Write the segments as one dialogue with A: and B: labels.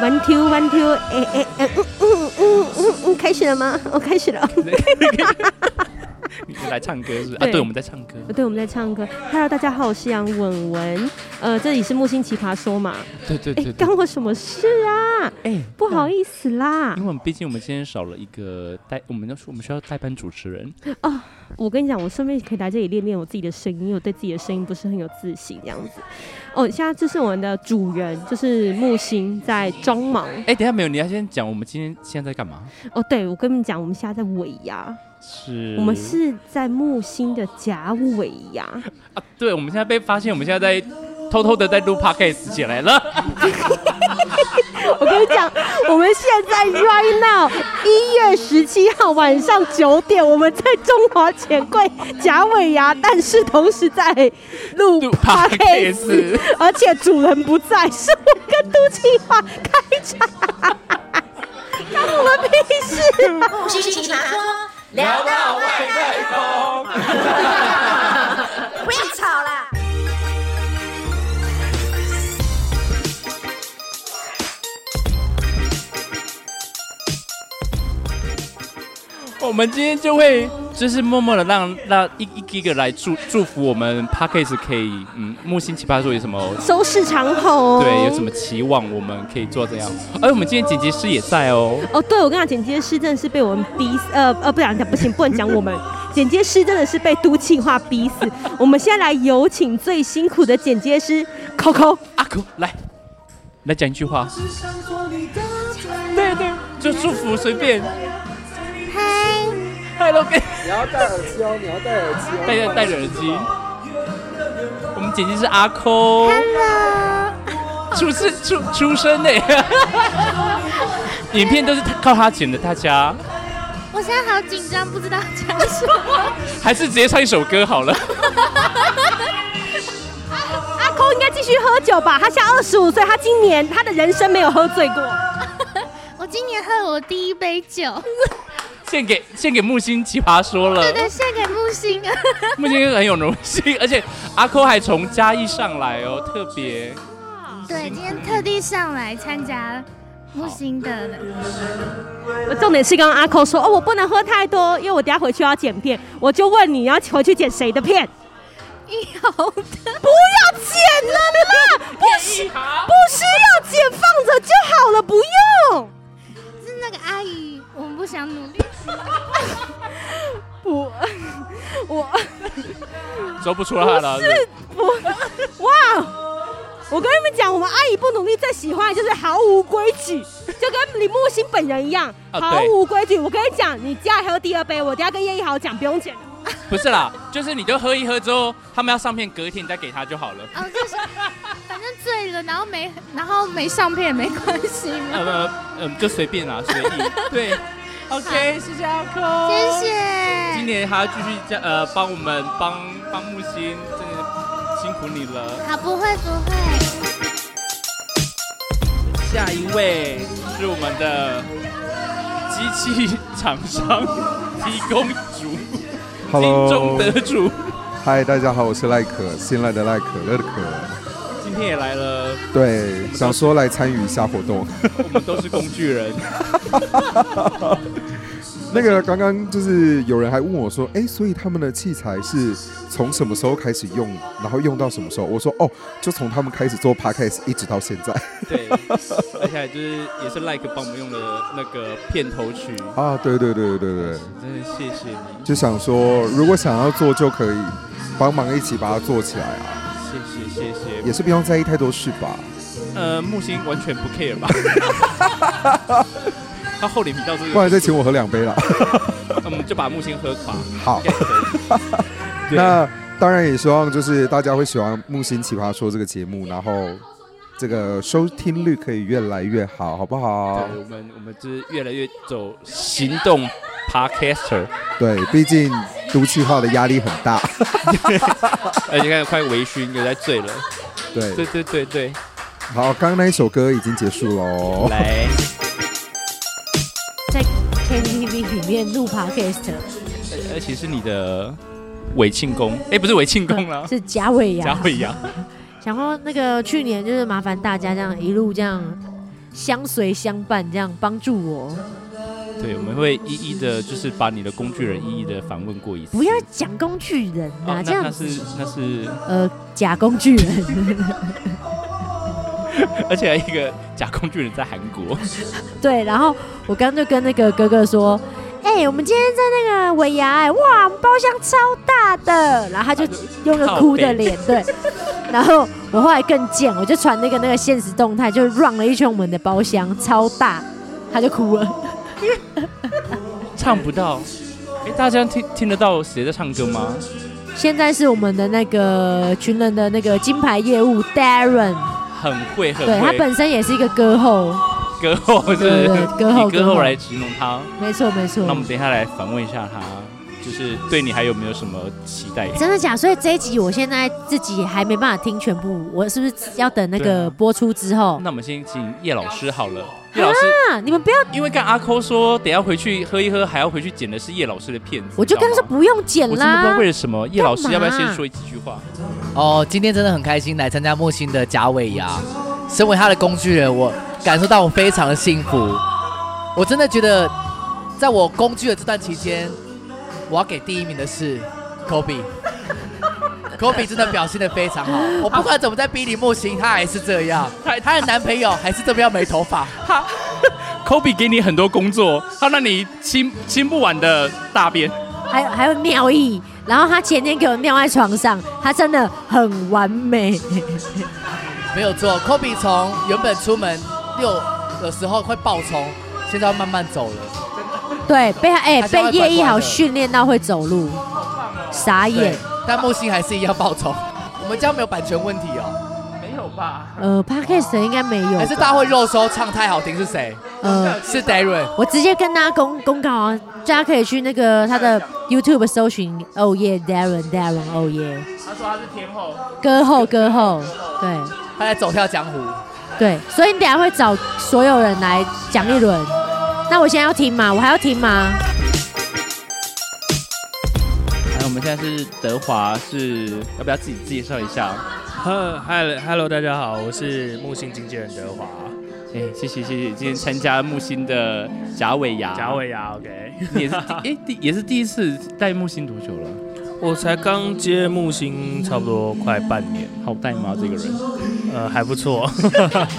A: One two one two，哎哎哎，嗯嗯嗯嗯嗯，开始了吗？ 我、开始了。
B: 你是来唱歌是不 是？啊，
A: 对
B: 对，我们在唱歌。
A: 对，我们在唱歌。Hello，大家好，我是杨文文，呃，这里是木星奇葩说嘛。
B: 对对
A: 哎、
B: 对对。
A: 干我什么事啊？
B: 哎，
A: 不好意思啦
B: 因。为我们毕竟我们今天少了一个代，我们要说我们需要代班主持人。
A: 哦我跟你讲，我顺便可以来这里练练我自己的声音，因为我对自己的声音不是很有自信，这样子。哦，现在这是我们的主人，就是木星在装忙。
B: 哎，等一下没有，你要先讲我们今天现在在干嘛？
A: 哦，对，我跟你们讲，我们现在在尾牙，
B: 是
A: 我们是在木星的甲尾牙。
B: 啊，对，我们现在被发现，我们现在在偷偷的在录 podcast 起来了。
A: 我跟你讲，我们现在 right now 一月十七号晚上九点，我们在中华钱柜假尾牙，但是同时在录
B: 录
A: podcast，
B: podcast
A: 而且主人不在，是我跟杜庆华开场，关我们屁事啊！
C: 木星奇葩说，聊到外太空，不要吵啦！
B: 我们今天就会就是默默的让让一一个一个来祝祝福我们 podcast 可以嗯木星奇葩说有什么
A: 收视长哦虹，
B: 对有什么期望，我们可以做这样。哎而我们今天剪辑师也在哦。
A: 哦，对，我跟你讲，剪接师真的是被我们逼死，呃呃，不讲不行，不能讲我们。剪接师真的是被都气化逼死。我们现在来有请最辛苦的剪接师 Coco。
B: 阿狗来来讲一句话，对对，就祝福随便。嗨，Hello，
D: 你要戴耳机哦，你要戴耳机哦。
B: 戴着戴着耳机。我们剪辑是阿抠出生出出生 呢，影片都是他靠他剪的，大家
E: 我现在好紧张，不知道讲什么。
B: 还是直接唱一首歌好了。
A: 阿 Co 应该继续喝酒吧？他现在二十五岁，他今年他的人生没有喝醉过。
E: 我今年喝了我第一杯酒，
B: 献给献给木星奇葩说了
E: 对，对，献给木星。
B: 木星很有荣幸，而且阿抠还从嘉义上来哦，特别。
E: 对，今天特地上来参加木星的，
A: 我重点是刚刚阿 Co 说，哦，我不能喝太多，因为我等下回去要剪片。我就问你，你要回去剪谁的片？
E: 一红的。
A: 不要剪了啦，不需不需要剪，放着就好了，不用。
E: 是那个阿姨，我们不想努力。
A: 不，我
B: 说不出来了，
A: 是不哇！我跟你们讲，我们阿姨不努力，最喜欢的就是毫无规矩，就跟李木星本人一样，
B: 啊
A: 毫
B: 对
A: 无规矩。我跟你讲，你接下来喝第二杯，我等下跟叶一豪讲，不用钱。
B: 不是啦，就是你就喝一喝之后，他们要上片，隔一天你再给他就好了。
E: 哦，就是反正醉了，然后没，然后没上片也没关系嘛。
B: 呃呃，就随便啦，随 意。对，OK，谢谢阿空，
E: 谢谢。。
B: 今年还要继续加呃帮我们帮帮木星，真的辛苦你了。
E: 好，不会不 会。
B: 下一位是我们的机器厂商提供主金钟
D: Hello，
B: 得主，
D: 嗨，大家好，我是赖可，新来的赖可乐的可。
B: 今天也来了，
D: 对，想说来参与一下活 动。
B: 我们都是工具人。
D: 那个刚刚就是有人还问我说，哎，所以他们的器材是从什么时候开始用，然后用到什么时候？我说哦，就从他们开始做 podcast 一直到现在
B: 对，而且还就是也是 Like 帮我们用的那个片头曲，
D: 啊。对对对对对对，
B: 真的谢谢你，
D: 就想说如果想要做就可以帮忙一起把它做起来啊，
B: 谢谢谢谢。
D: 也是不用在意太多事吧。
B: 呃，木星完全不 care 吧？他厚脸皮到这
D: 不然
B: 个，
D: 再请我喝两杯啦。
B: 我们就把木星喝垮。
D: 好。
B: 应该可以对
D: 那当然也希望就是大家会喜欢《木星奇葩说》这个节目，然后这个收听率可以越来越好，好不好？
B: 对我们我们就是越来越走 行动 podcaster，
D: 对，毕竟毒气化的压力很大。
B: 而哎且看快微醺，有在醉了。对
D: 对，
B: 对对对，
D: 好，刚刚那一首歌已经结束喽。
B: 来，
F: 在 KTV 里面录 podcast
B: 而而且是哎你的伪庆功，哎，不是伪庆功了，
F: 是贾伟
B: 嘉
F: 牙，
B: 慧阳。
F: 然后那个去年就是麻烦大家这样一路这样相随相伴，这样帮助我。
B: 对，我们会一一的，就是把你的工具人一一的反问过一次。
F: 不要讲工具人
B: 哦，
F: 呐、
B: 那
F: 这样
B: 那是那是，
F: 呃假工具人。
B: 而且还有一个假工具人在韩 国，
F: 对，然后我刚就跟那个哥哥说。哎、我们今天在那个尾牙、哎，哇，我们包厢超大的，然后他就用个哭的脸，对。然后我后来更贱，我就传那个那个现实动态，就 run 了一圈我们的包厢，超大，他就哭了。
B: 唱不到。哎，大家听听得到谁在唱歌吗？
F: 现在是我们的那个群人的那个金牌业务 Darren，
B: 很会，很
F: 对他
B: 会。
F: 本身也是一个歌后，
B: 歌后是不是
F: 对对歌后
B: 以歌
F: 歌
B: 后
F: 后
B: 来形容他。
F: 没错没错
B: 那我。们等一下来反问一下他，就是对你还有没有什么期待？
F: 真的假？所以这一集我现在自己还没办法听全部，我是不是要等那
B: 对啊
F: 个播出之后？
B: 那我们先请叶老师好了。叶老师，
F: 啊，你们不要，
B: 因为刚阿抠说等一下回去喝一喝，还要回去剪的是叶老师的片子，
F: 我就
B: 你知
F: 跟
B: 道
F: 他说
B: 吗
F: 不用剪
B: 我真的不知
F: 啦
B: 道。为了什么，叶老师
F: 干嘛
B: 要不要先说几句话？
G: 哦，今天真的很开心来参加莫欣的假尾牙，身为他的工具人，我感受到我非常的幸福。我真的觉得，在我工具的这段期间，我要给第一名的是 Kobe。Kobe 真的表现的非常好，我不管怎么在逼你莫欣，他还是这样。他的男朋友还是这么样没头发。
B: 科比给你很多工作，他让你清清不完的大便。
F: 还有还有尿意，然后他前天给我尿在床上，他真的很完美。
G: 没有错，Kobe 从原本出门六的时候会爆冲，现在要慢慢走了。
F: 对，被他哎、
G: 他现在
F: 被
G: 会
F: 叶一
G: 乖乖
F: 豪
G: 的
F: 训练到会走路，傻眼
G: 对。，但莫欣还是一样爆冲。我们家没有版权问题哦，
F: 呃 p o d c a s t 应该没有吧，
G: 还是大家会肉搜唱太好听是谁？
F: 呃。
G: 是 Darren。
F: 我直接跟大家公公告啊，大家可以去那个他的 YouTube 搜寻，Oh yeah Darren Darren
G: 哦
F: Oh yeah，他说他是天后，歌后歌后，对
G: 他在走跳江湖。
F: 对，所以你等一下会找所有人来讲一轮。那我现在要听吗？我还要听吗？
B: 哎，我们现在是德华，是要不要自己介绍一 下？
H: 哼嗨，Hello，大家好，我是木星经纪人德华，
B: 哎，谢谢谢谢，今天参加木星的贾伟牙，
H: 贾伟牙，OK，
B: 你也是第哎第也是第一次带木星多久了？
H: 我才刚接木星，差不多快半年，
B: 好带吗？这个人
H: 呃，还不错，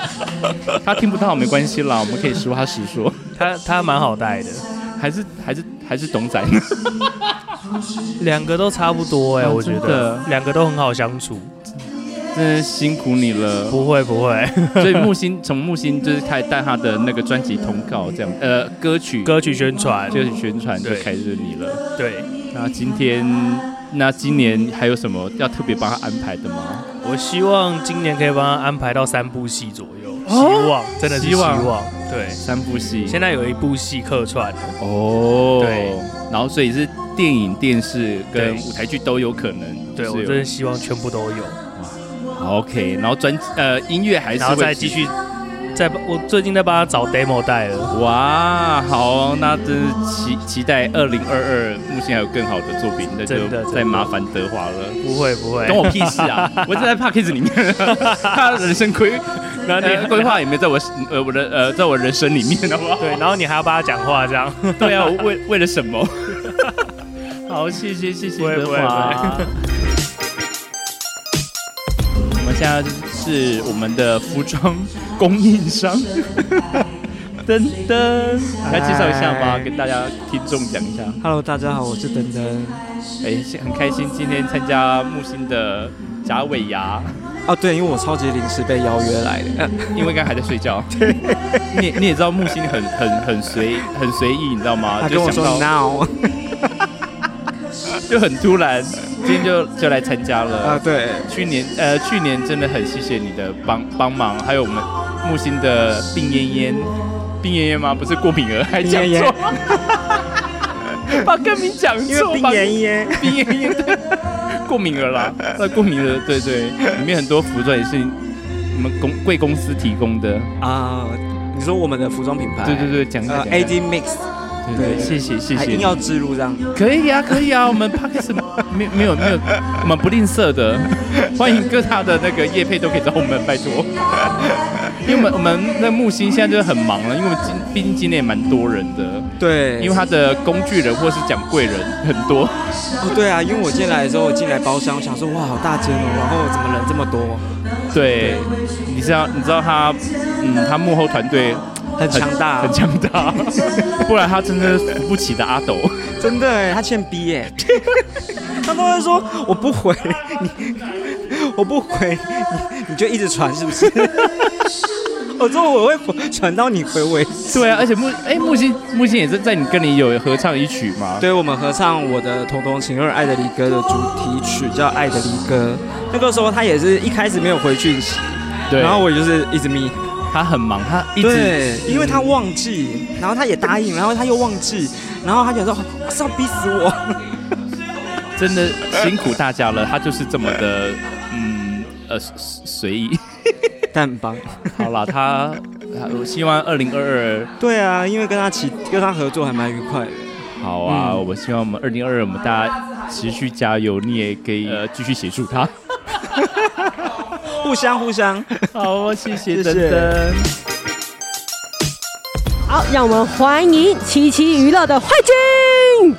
B: 他听不到没关系啦，我们可以实话实说，
H: 他他蛮好带的，
B: 还是还是还是董仔。
H: 两个都差不多哎、
B: 啊
H: 我觉
B: 真的
H: 得两个都很好相处，
B: 真的辛苦你了。
H: 不会不会，
B: 所以木星从木星就是开始带他的那个专辑通告这样，呃，歌曲
H: 歌曲宣传，
B: 就是宣传就
H: 对
B: 开始你了。
H: 对
B: 那今天，那今年还有什么要特别帮他安排的吗？
H: 我希望今年可以帮他安排到三部戏左右，希望真的是
B: 哦希
H: 希
B: 望
H: 望，对，
B: 三部戏。
H: 现在有一部戏客串了，
B: 哦，
H: 对，
B: 然后所以是电影、电视
H: 对
B: 跟舞台剧都有可能。
H: 对
B: 就
H: 我
B: 是有
H: 真的希望全部都有。
B: 好 OK，然后专呃音乐还是
H: 然后
B: 会
H: 再继。续，再帮我最近在帮他找 demo 带了。
B: 哇，好，那真是期期待二零二二木星还有更好的作品，那就
H: 真的真的
B: 再麻烦德华了。
H: 不会不会，
B: 关我屁事 啊！我只在 p a c k a g e 里面，他的人生规
H: 然后你
B: 呃 规划也没在我呃我的呃在我人生里面，好不好？
H: 对，然后你还要帮他讲话这样，
B: 对啊，我为为了什么？好，谢谢谢谢
H: 不会
B: 德
H: 不会
B: 华。我们现在是我们的服装供应 商，噔噔，来介绍一下吧，跟大家听众讲一下。
I: Hello，大家好，我是等等。
B: 哎，很开心今天参加木星的假尾牙。
I: 啊，对，因为我超级临时被邀约来的。
B: 因为刚才还在睡觉。你也你也知道木星很很很随很随意，你知道吗？
I: 他跟
B: 就
I: 我
B: 想
I: 说
B: 到
I: now
B: 就很突然，今天就就来参加
I: 啊，
B: 了。
I: 对，
B: 去年呃去年真的很谢谢你的帮帮忙，还有我们木星的病恹恹，病恹恹吗？不是郭敏儿，还讲
I: 病恹
B: 错，把歌名讲
I: 因为
B: 错，
I: 冰
B: 把
I: 妍妍，
B: 冰妍妍对，过敏了 啦，那过敏了，对对，里面很多服装也是你们公贵公司提供的，
I: 啊，你说我们的服装品牌，
B: 对对对，讲一下
I: 呃
B: 讲一下
I: ，AD Mix，
B: 对对，
I: 对
B: 谢谢谢
I: 还
B: 谢
I: 硬
B: 你，
I: 要植入这样，
B: 可以啊可以啊，我们 p a r k e s 没没有没有，我 们不吝啬的，欢迎各大的那个业配都可以找我们，拜托。因为我们我们那木星现在就是很忙了，因为我们今毕竟今年也蛮多人的，
I: 对，
B: 因为他的工具人或是讲贵人很多，
I: 哦对啊，因为我进来的时候，我进来包厢，我想说哇好大间哦，然后怎么人这么多，
B: 对，你知道你知道他，嗯，他幕后团队
I: 很强大，
B: 很强 大，不然他真的是扶不起的阿斗。
I: 真的哎，他欠逼 耶，他都会说我不回你，我不回你，你就一直传是 不是？我说我会回传到你回为止。
B: 对啊，而且木哎、木星木星也是在你跟你有合唱一曲嘛，
I: 对我们合唱我的《童童情二爱的离歌》的主题曲叫《爱的离歌》，那个时候他也是一开始没有回讯息，
B: 对，
I: 然后我就是一直密，
B: 他很忙，他一直
I: 对，因为他忘记，然后他也答应，然后他又忘记，然后他想说啊是要逼死我，
B: 嗯真的辛苦大家了，他就是这么的嗯呃随随意。
I: 但很棒。
B: 好啦，他他我希望二零二二
I: 对啊，因为跟他起跟他合作还蛮愉快的。
B: 好啊，
I: 嗯
B: 我希望我们二零二二我们大家持续加油，你也可以呃继续协助他。
I: 互相 互相。
B: 好哦，谢谢
I: 谢
B: 等
I: 谢
B: 等。
A: 好，让我们欢迎七七娱乐的慧君。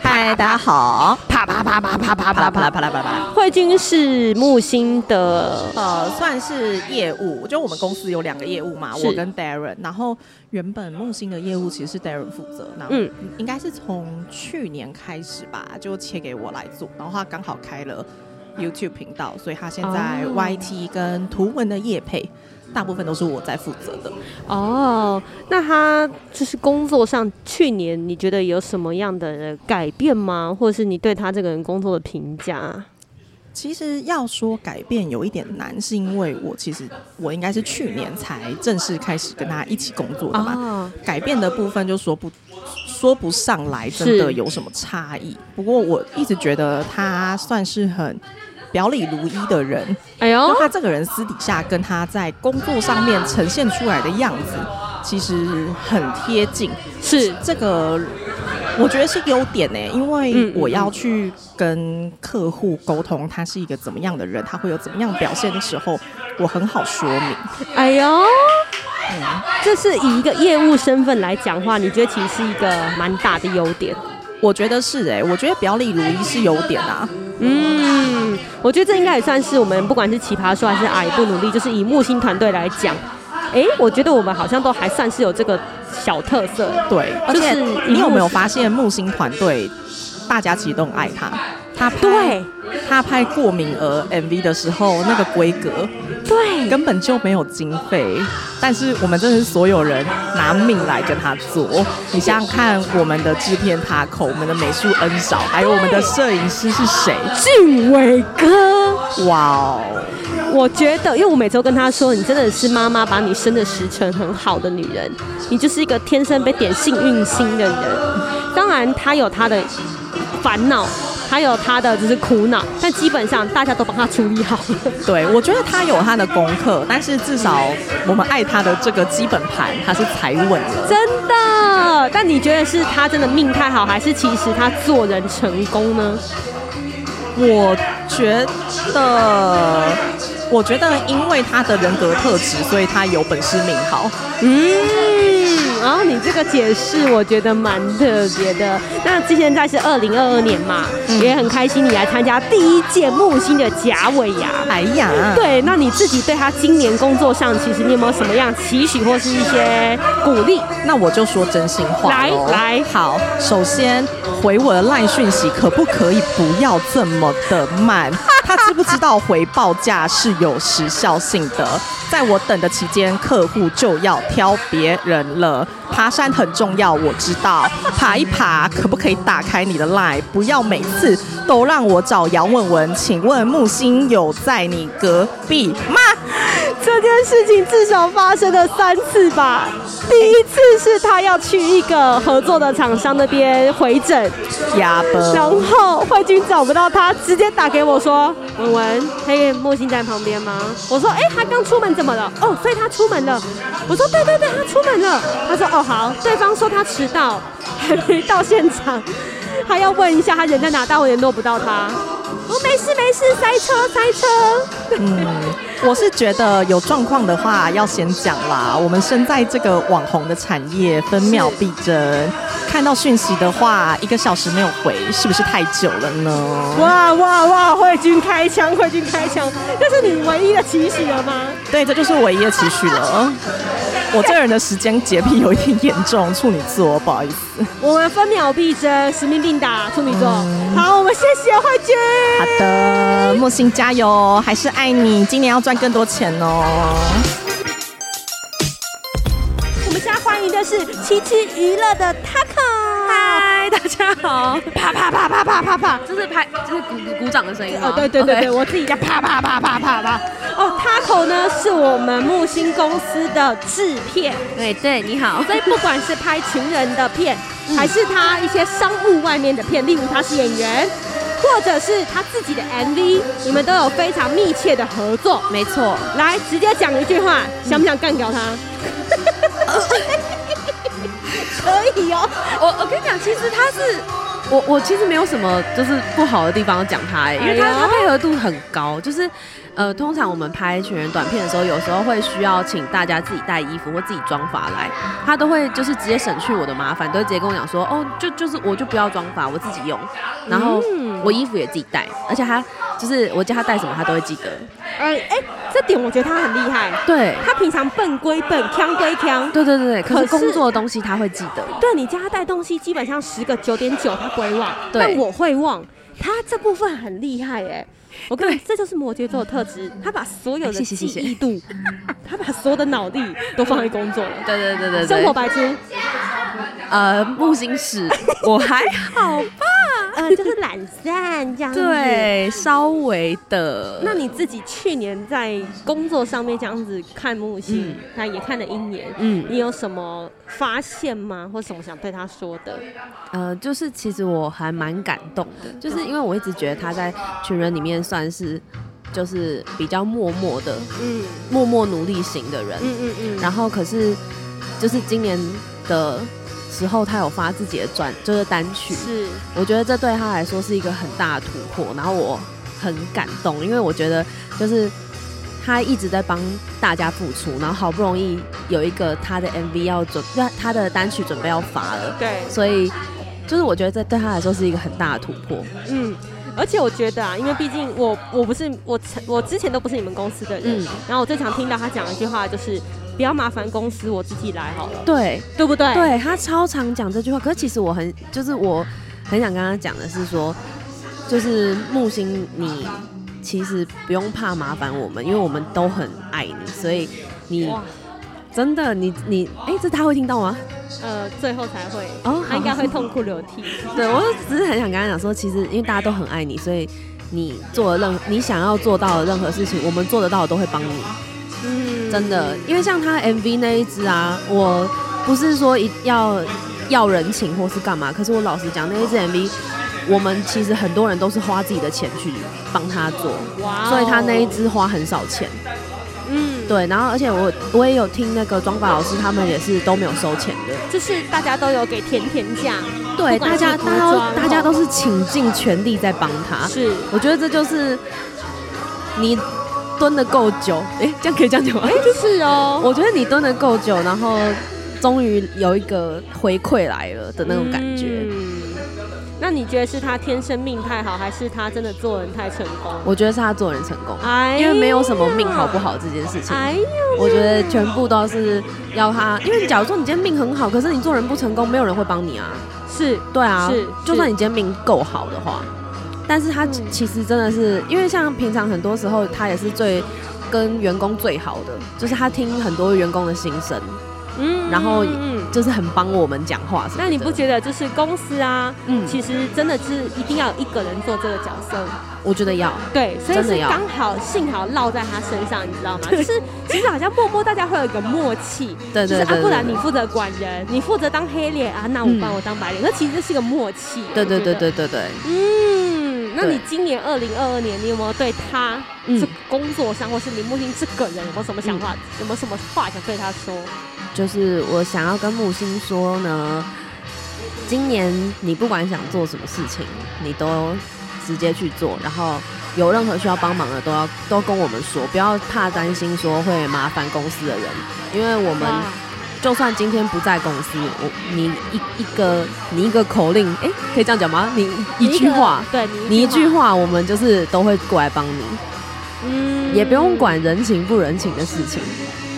C: 嗨，大家好，
A: 啪啪啪啪啪啪啪
C: 啪啦啪啦
A: 啪。
C: 啪啦啪啦。
A: 慧君是木星的，
C: 呃，算是业务，就我们公司有两个业务嘛，
A: 是
C: 我跟 Darren。然后原本木星的业务其实是 Darren 负责，然后
A: 嗯
C: 应该是从去年开始吧，就切给我来做。然后他刚好开了 YouTube 频道，所以他现在
A: 哦
C: YT 跟图文的业配，大部分都是我在负责的。
A: 哦，那他就是工作上，去年你觉得有什么样的改变吗？或者是你对他这个人工作的评价？
C: 其实要说改变有一点难，是因为我其实我应该是去年才正式开始跟他一起工作的嘛。
A: 哦，
C: 改变的部分就说不说不上来，真的
A: 是
C: 有什么差异。不过我一直觉得他算是很表里如一的人，
A: 哎呦
C: 就，他这个人私底下跟他在工作上面呈现出来的样子，其实很贴近。
A: 是
C: 这个我觉得是优点呢、因
A: 嗯
C: 为
A: 嗯
C: 我要去跟客户沟通他是一个怎么样的人，他会有怎么样表现的时候，我很好说明。
A: 哎呦，这是以一个业务身份来讲话，你觉得其实是一个蛮大的优点。
C: 我觉得是哎、我觉得表里如一是优点啊。
A: 嗯，我觉得这应该也算是我们不管是奇葩说还是矮不努力，就是以木星团队来讲，哎，我觉得我们好像都还算是有这个小特色。
C: 对，而
A: 就
C: 且
A: 是
C: 你
A: 荧
C: 有
A: 幕
C: 没有
A: 是
C: 发现木星团队大家其实都很爱他？他拍
A: 对
C: 他拍过敏儿 MV 的时候，那个规格
A: 对，
C: 根本就没有经费，但是我们真的是所有人拿命来跟他做。你想想看，我们的制片塔口，我们的美术恩少，还有我们的摄影师是谁？
A: 俊伟哥，
C: 哇哦！
A: 我觉得，因为我每周跟他说，你真的是妈妈把你生的时辰很好的女人，你就是一个天生被点幸运星的人。当然，他有他的烦恼，他有他的就是苦恼，但基本上大家都帮他处理好了。
C: 对，我觉得他有他的功课，但是至少我们爱他的这个基本盘，他是踩稳了。
A: 真的？但你觉得是他真的命太好，还是其实他做人成功呢？
C: 我觉得，我觉得因为他的人格特质，所以他有本事命好。
A: 嗯，然后你这个解释我觉得蛮特别的。那之前在是二零二二年嘛，
C: 嗯
A: 也很开心你来参加第一届木星的贾伟牙。
C: 哎呀，
A: 对，那你自己对他今年工作上，其实你有没有什么样期许或是一些鼓励？
C: 那我就说真心话
A: 来
C: 咯
A: 来
C: 好，首先回我的赖讯息，可不可以不要这么的 慢？他知不知道回报价是有时效性的？在我等的期间，客户就要挑别人了。爬山很重要，我知道。爬一爬，可不可以打开你的 line？不要每次都让我找杨文文。请问木星有在你隔壁吗？
A: 这件事情至少发生了三次吧。第一次是他要去一个合作的厂商那边回诊，
C: 呀
A: 然
C: 不，
A: 后慧君找不到他，直接打给我说：“文文，那个木星在旁边吗？”我说：“哎、他刚出门怎么了？哦，所以他出门了。”我说：“对对对，他出门了。”他说：“哦，好。”对方说他迟到， 还没到现场，还要问一下他人在哪，但我联络不到他。我、没事没事，塞车塞车。
C: 嗯，我是觉得有状况的话要先讲啦。我们身在这个网红的产业，分秒必争。看到讯息的话，一个小时没有回，是不是太久了呢？
A: 哇哇哇！慧君开枪，慧君开枪，这是你唯一的期许了吗？
C: 对，这就是唯一的期许了。我这人的时间洁癖有一点严重，处女座，不好意思。
A: 我们分秒必争，使命必达，处女座。好，我们谢谢慧君。
C: 好的，呃木星加油，还是爱你，今年要赚更多钱哦。
A: 我们现在欢迎的是七七娱乐的 Taco。
J: 嗨，大家好！
A: 啪啪啪啪啪啪啪！
J: 这是拍，这是鼓鼓鼓掌的声音吗？
A: 哦，对对对对
J: OK
A: 我自己在啪啪啪啪啪啪。哦，Taco 呢是我们木星公司的制片，
J: 对对，你好。
A: 所以不管是拍情人的片，还是他一些商务外面的片，例如他是演员，或者是他自己的 MV，你们都有非常密切的合作。
J: 没错，
A: 来，直接讲一句话，想不想干掉他？
J: 呃
A: 可以哦，
J: 我我跟你讲，其实他是我我其实没有什么就是不好的地方要讲他、欸，因
A: 哎
J: 为他
A: 呦
J: 他配合度很高，就是呃，通常我们拍全员短片的时候，有时候会需要请大家自己带衣服或自己妆发来，他都会就是直接省去我的麻烦，都会直接跟我讲说，哦，就就是我就不要妆发，我自己用，然后我衣服也自己带，而且他就是我叫他带什么，他都会记得。
A: 哎、哎、这点我觉得他很厉害。
J: 对，
A: 他平常笨归笨，强归强，
J: 对对对对，可是
A: 可是
J: 工作的东西他会记得。
A: 对你叫他带东西，基本上十个九点九他不会忘，
J: 对
A: 但我会忘。他这部分很厉害哎、我跟你，这就是摩羯座的特质，他把所有的
J: 哎谢谢
A: 记
J: 谢谢
A: 忆 度，他把所有的脑力都放在工作了。
J: 对对对对对，
A: 生活白痴，
J: 呃木星使我还好吧，
A: 呃，就是懒散这样子。，
J: 对，稍微的。
A: 那你自己去年在工作上面这样子看木星，那、也看了一年，
J: 嗯
A: 你有什么发现吗？或什么想对他说的？
J: 呃，就是其实我还蛮感动的，就是因为我一直觉得他在群人里面算是就是比较默默的、
A: 嗯
J: 默默努力型的人，
A: 嗯嗯嗯，
J: 然后可是就是今年的时候，他有发自己的专就是单曲，
A: 是
J: 我觉得这对他来说是一个很大的突破，然后我很感动，因为我觉得就是他一直在帮大家付出，然后好不容易有一个他的 MV 要准，他的单曲准备要发了，
A: 对。
J: 所以就是我觉得这对他来说是一个很大的突破。
A: 嗯，而且我觉得啊，因为毕竟我我不是我曾我之前都不是你们公司的人，
J: 嗯
A: 然后我最常听到他讲一句话就是不要麻烦公司，我自己来好了，
J: 对，
A: 对不对？，
J: 对他超常讲这句话，可是其实我很就是我很想跟他讲的是说，就是木星你其实不用怕麻烦我们，因为我们都很爱你，所以你
A: 哇
J: 真的你你哎、这他会听到吗？
A: 呃，最后才会，
J: 哦
A: 他应该会痛哭流涕。
J: 对我就只是很想跟他讲说，其实因为大家都很爱你，所以你做的任你想要做到的任何事情，我们做得到的都会帮你。
A: 嗯
J: 真的，因为像他 MV 那一支啊，我不是说一要要人情或是干嘛，可是我老实讲，那一支 MV，我们其实很多人都是花自己的钱去帮他做，
A: 哇哦
J: 所以他那一支花很少钱。
A: 嗯，
J: 对，然后而且我我也有听那个妆发老师，他们也是都没有收钱的。
A: 就是大家都有给甜甜酱，
J: 对，
A: 不管
J: 大
A: 是
J: 家
A: 服
J: 大家
A: 装
J: 都大家都是倾尽全力在帮他。
A: 是
J: 我觉得这就是你蹲的够久，哎、这样可以这样讲吗？
A: 是哦，
J: 我觉得你蹲的够久，然后终于有一个回馈来了的那种感觉。
A: 嗯那你觉得是他天生命太好，还是他真的做人太成功？
J: 我觉得是他做人成功，
A: 哎
J: 因为没有什么命好不好这件事情。
A: 哎呀，
J: 我觉得全部都是要他，因为假如说你今天命很好，可是你做人不成功，没有人会帮你啊。
A: 是
J: 对啊，
A: 是
J: 就算你今天命够好的话，但是他
A: 嗯
J: 其实真的是，因为像平常很多时候他也是最跟员工最好的，就是他听很多员工的心声，
A: 嗯
J: 然后
A: 嗯
J: 就是很帮我们讲话什么的。
A: 那你不觉得就是公司啊，
J: 嗯
A: 其实真的是一定要有一个人做这个角色，
J: 我觉得要。
A: 对，所以
J: 真的
A: 是
J: 要
A: 刚好幸好落在他身上，你知道吗？就是其实好像默默大家会有一个默契，
J: 对
A: 就
J: 对
A: 是啊
J: 对，
A: 不然
J: 对
A: 你负责管人，你负责当黑脸啊，那我
J: 嗯
A: 帮我当白脸，那其实这是个默契。
J: 对对
A: 我觉
J: 对
A: 得，
J: 对对对，
A: 嗯，那你
J: 对
A: 今年二零二二年，你有没有对他
J: 嗯嗯
A: 这工作上或是林木星这个人有没有什么想法，有没有什么话想对他说？
J: 就是我想要跟木星说呢，今年你不管想做什么事情，你都直接去做，然后有任何需要帮忙的都要都跟我们说，不要怕担心说会麻烦公司的人，因为我们就算今天不在公司，我你一一个你一个口令，哎、可以这样讲吗？你
A: 你
J: 一句话，
A: 个对
J: 你
A: 你
J: 一句，话，我们就是都会过来帮你，
A: 嗯
J: 也不用，管人情不人情的事情。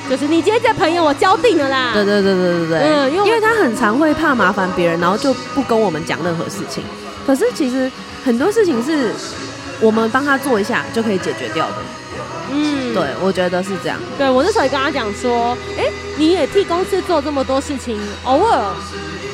A: 就是你今天这朋友我交定了啦。
J: 对对对对对对，
A: 啊嗯因为
J: 因
A: 我
J: 为他很常会怕麻烦别人，然后就不跟我们讲任何事情。可是其实很多事情是我们帮他做一下就可以解决掉的。
A: 嗯
J: 对，我觉得是这样。
A: 对我那时候也跟他讲说，哎、你也替公司做这么多事情，偶尔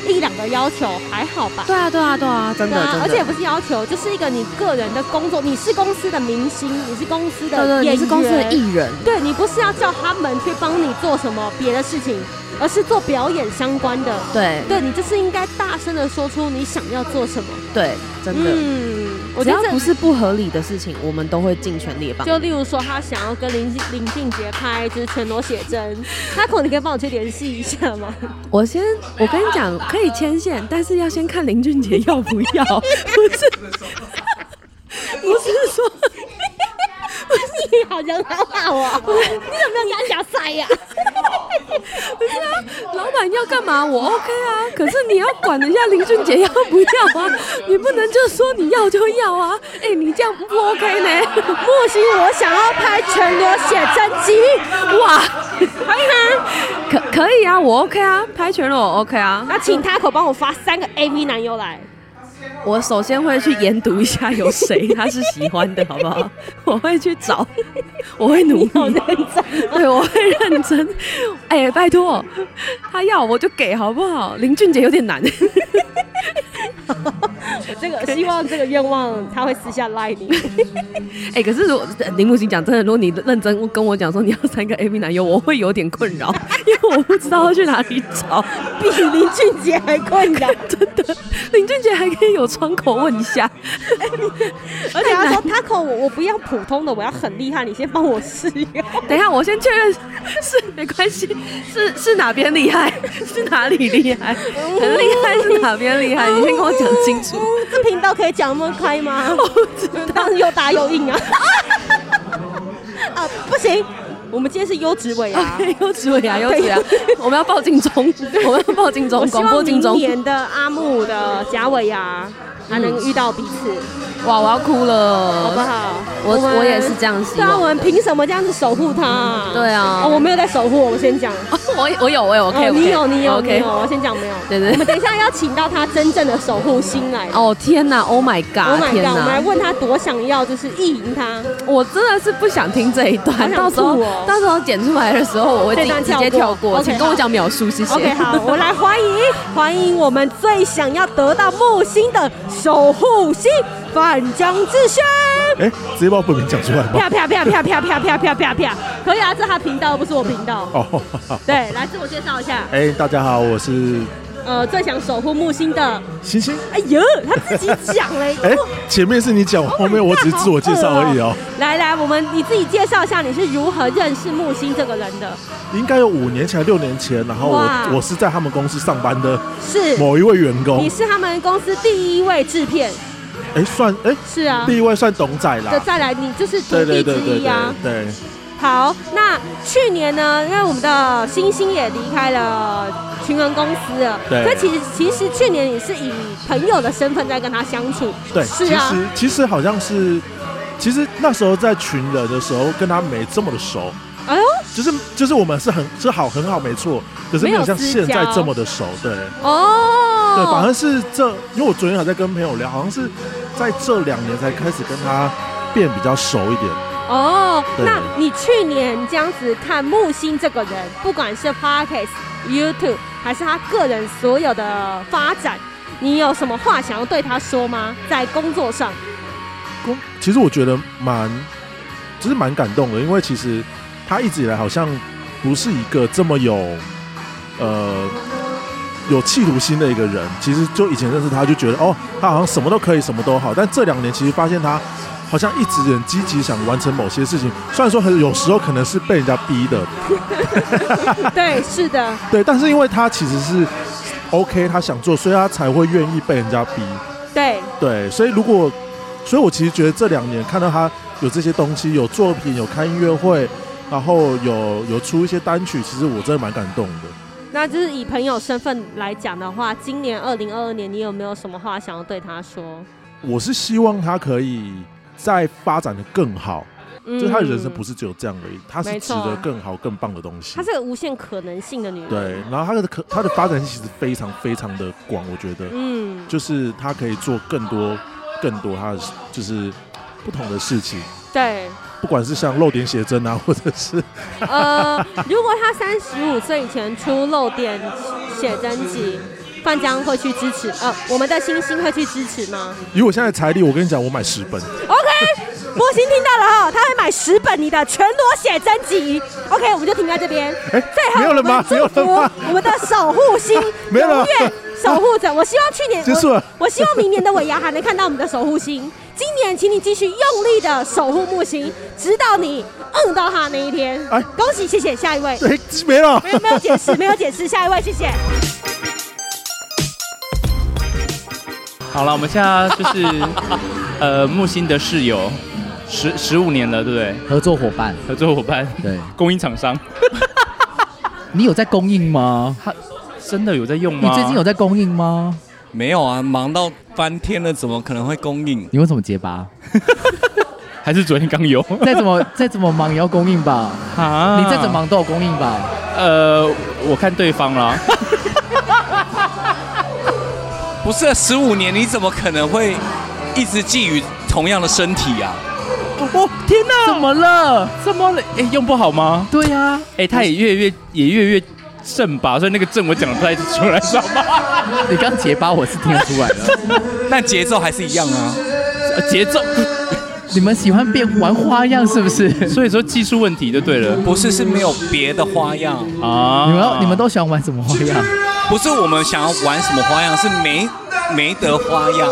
A: 一两个要求还好吧？
J: 对啊，对啊，对啊，真
A: 对
J: 的，真
A: 啊，
J: 的。
A: 而且也不是要求，就是一个你个人的工作，你是公司的明星，你是公司
J: 对
A: 的
J: 对，
A: 演员，
J: 你是公司的艺人，
A: 对你不是要叫他们去帮你做什么别的事情，而是做表演相关的。
J: 对
A: 对你就是应该大声的说出你想要做什么。
J: 对，真的。
A: 嗯，我
J: 只
A: 觉
J: 要
A: 得这
J: 不是不合理的事情，我们都会尽全力地帮。
A: 就例如说，他想要跟林林俊杰拍就是全裸写真，那可你可以帮我去联系一下 吗？
J: 我先，我跟你讲，可以牵线，但是要先看林俊杰要不 要，不是，不是 说。
A: 你好人好好哦，你怎么没有跟他讲塞呀？
J: 老板要干嘛？我 OK 啊，可是你要管人家林俊杰要不要啊？你不能就说你要就要啊！哎、你这样不 OK 呢？
A: 莫西，我想要拍全裸写真集，哇，可以吗？
J: 可可以啊，我 OK 啊，拍全裸我 OK 啊。
A: 那请他可帮我发三个 AV 男优来。
J: 我首先会去研读一下有谁他是喜欢的，好不好？ 我会去找，我会努力，对，我会认真。哎、拜托，他要我就给，好不好？林俊杰有点难。
A: 这个希望这个愿望他会私下赖你。
J: 哎、可是如果呃林木行讲真的，如果你认真跟我讲说你要三个 A V 男优，我会有点困扰，因为我不知道要去哪里找。
A: 比林俊杰还困扰，
J: 真的，林俊杰还可以有窗口问一下。
A: 而且他说 Taco 我我不要普通的，我要很厉害，你先帮我试用。
J: 等一下，我先确认是没关系， 是是哪边厉害， 是哪里厉害，很厉害是哪边厉
A: 哦
J: 害？你先跟我讲清楚。
A: 这频道可以讲那么开 吗？当然又大又硬啊！ 啊，不行，我们今天是优质尾啊。
J: OK，优质尾啊，优质啊，我们要报警中，我们要报警
A: 我
J: 中，
A: 希
J: 广
A: 望
J: 播警
A: 明
J: 中。
A: 年的阿木的贾尾牙还能遇到彼此，
J: 嗯哇，我要哭了，
A: 好不？好？
J: 呃我
A: 们
J: 我也是这样希
A: 对啊，
J: 望
A: 我
J: 的。
A: 们凭什么这样子守护他啊？
J: 对啊
A: 哦，我没有在守护，我先讲。
J: 我我 有我有 OK，
A: 哦你有你有你
J: OK
A: 有，。我先讲没有。
J: 对对
A: 我们等一下要请到他真正的守护星来。
J: 哦天哪，Oh my
A: Oh
J: god！
A: my
J: 天
A: god！我们来
J: 哪，
A: 问他多想要，就是意淫他。
J: 我真的是不想听这一
A: 好
J: 段，
A: 想
J: 到时候
A: 吐哦
J: 到时候剪出来的时候，我会自
A: 这段
J: 己直
A: 跳
J: 接
A: 过
J: 跳过，
A: OK，
J: 请跟我
A: 好
J: 讲秒数，谢谢。
A: OK，好，我来欢迎 欢迎我们最想要得到木星的守护星范江志轩。
K: 哎，直接把我本名讲出来吧。
A: 啪啪啪啪啪啪啪啪啪啪，可以啊，这是他频道，又不是我频道。
K: 哦， 好
A: 对，来自我介绍一下，
K: 哎，大家好，我是
A: 呃，最想守护木星的，
K: 星星。
A: 哎呦，他自己讲 Oh 了，
K: 哎，前面是你讲，后面我只是自我介绍而已哦。
A: 来来，我们你自己介绍一下你是如何认识木星这个人的？
K: 应该有五年前、六年前，然后
A: 哦哇
K: 我我是在他们公司上班的
A: 是
K: 某一位员工
A: 你，是他们公司第一位制片，
K: 哎，算哎
A: 是啊。
K: 第一位算董仔啦
A: 就。再来，你就是徒
K: 对
A: 弟
K: 对
A: 之
K: 对对
A: 一啊
K: 对。对，
A: 好，那去年呢，因为我们的星星也离开了群人公司了，
K: 对
A: 所以其实其实去年你是以朋友的身份在跟他相处，
K: 对，
A: 是啊
K: 其，实其实好像是，其实那时候在群人的时候跟他没这么的熟，
A: 哎呦，
K: 就是就是我们是很是好很好没错，可是没有像现在这么的熟，对
A: 哦，
K: 对，啊反而是这，因为我昨天还在跟朋友聊，好像是在这两年才开始跟他变比较熟一点。
A: 哦，
K: 对
A: 那你去年这样子看木星这个人，不管是 Podcast、YouTube 还是他个人所有的发展，你有什么话想要对他说吗？在工作 上，
K: 工，其实我觉得蛮，就是蛮感动的，因为其实他一直以来好像不是一个这么有，呃，有企图心的一个人。其实就以前认识他，就觉得哦，他好像什么都可以，什么都好。但这两年其实发现他好像一直很积极想完成某些事情，虽然说很有时候可能是被人家逼的，
A: 对，是的，
K: 对，但是因为他其实是 OK，他想做，所以他才会愿意被人家逼。
A: 对，
K: 对，所以如果所以我其实觉得这两年看到他有这些东西，有作品，有开音乐会，然后有有出一些单曲，其实我真的蛮感动的。
A: 那就是以朋友身份来讲的话，今年二零二二年，你有没有什么话想要对他说？
K: 我是希望他可以再发展的更好，
A: 嗯
K: 就他的人生不是只有这样而已，他是
A: 没
K: 值
A: 错
K: 得更好、更棒的东西
A: 她。是个无限可能性的女人。
K: 对，然后他的可他的发展性其实非常非常的广，我觉得，
A: 嗯
K: 就是他可以做更多更多他的就是不同的事情，
A: 对，
K: 不管是像露点写真啊，或者是
A: 呃，如果她三十五岁以前出漏点写真集，范江会去支持，呃，我们的星星会去支持吗
K: 以我现在的财力，我跟你讲，我买十本，
A: ？OK，博行听到了哈，他会买十本你的全裸写真集。OK，我们就停在这边。
K: 哎
A: 最后
K: 没有了吗
A: 我们祝
K: 没有了
A: 福
K: 吗
A: 我们的守护星
K: 没有了
A: 永远守护着。我希望去年
K: 结束了
A: 我，我希望明年的尾牙还能看到我们的守 护星。今年，请你继续用力的守护木星，直到你摁到它那一天。恭喜，谢谢，下一位。
K: 哎，没了，
A: 没有没有解释，没有解释，下一位，谢谢。
B: 好了，我们现在就是 呃木星的室友，十十五年了，对不对？
G: 合作伙伴，
B: 合作伙伴，
G: 对，
B: 供应厂商。
G: 你有在供应吗？
B: 真的有在用
G: 你最近有在供应吗？
L: 没有啊，忙到翻天了，怎么可能会供应？
G: 你为什么 结巴？
B: 还是昨天刚有？
G: 再怎么再怎么忙也要供应 吧？
B: 啊
G: 你再怎么忙都有供应吧？
B: 呃，我看对方了。
L: 不是啊十五年，你怎么可能会一直觊觎同样的身体啊？
G: 哦天哪！怎么了？
B: 怎么了？哎，用不好吗？
G: 对呀、
B: 哎，他也越越也越越正吧，所以那个正我讲的不太出来，知道吗？
G: 你刚结巴，我是听得出来 的。
L: 但节奏还是一样啊。
B: 节奏，
G: 你们喜欢变玩花样是不是？
B: 所以说技术问题就对了，
L: 不是是没有别的花样
B: 啊。
G: 你们要你们都喜欢玩什么花样？
L: 不是我们想要玩什么花样，是没没得花样。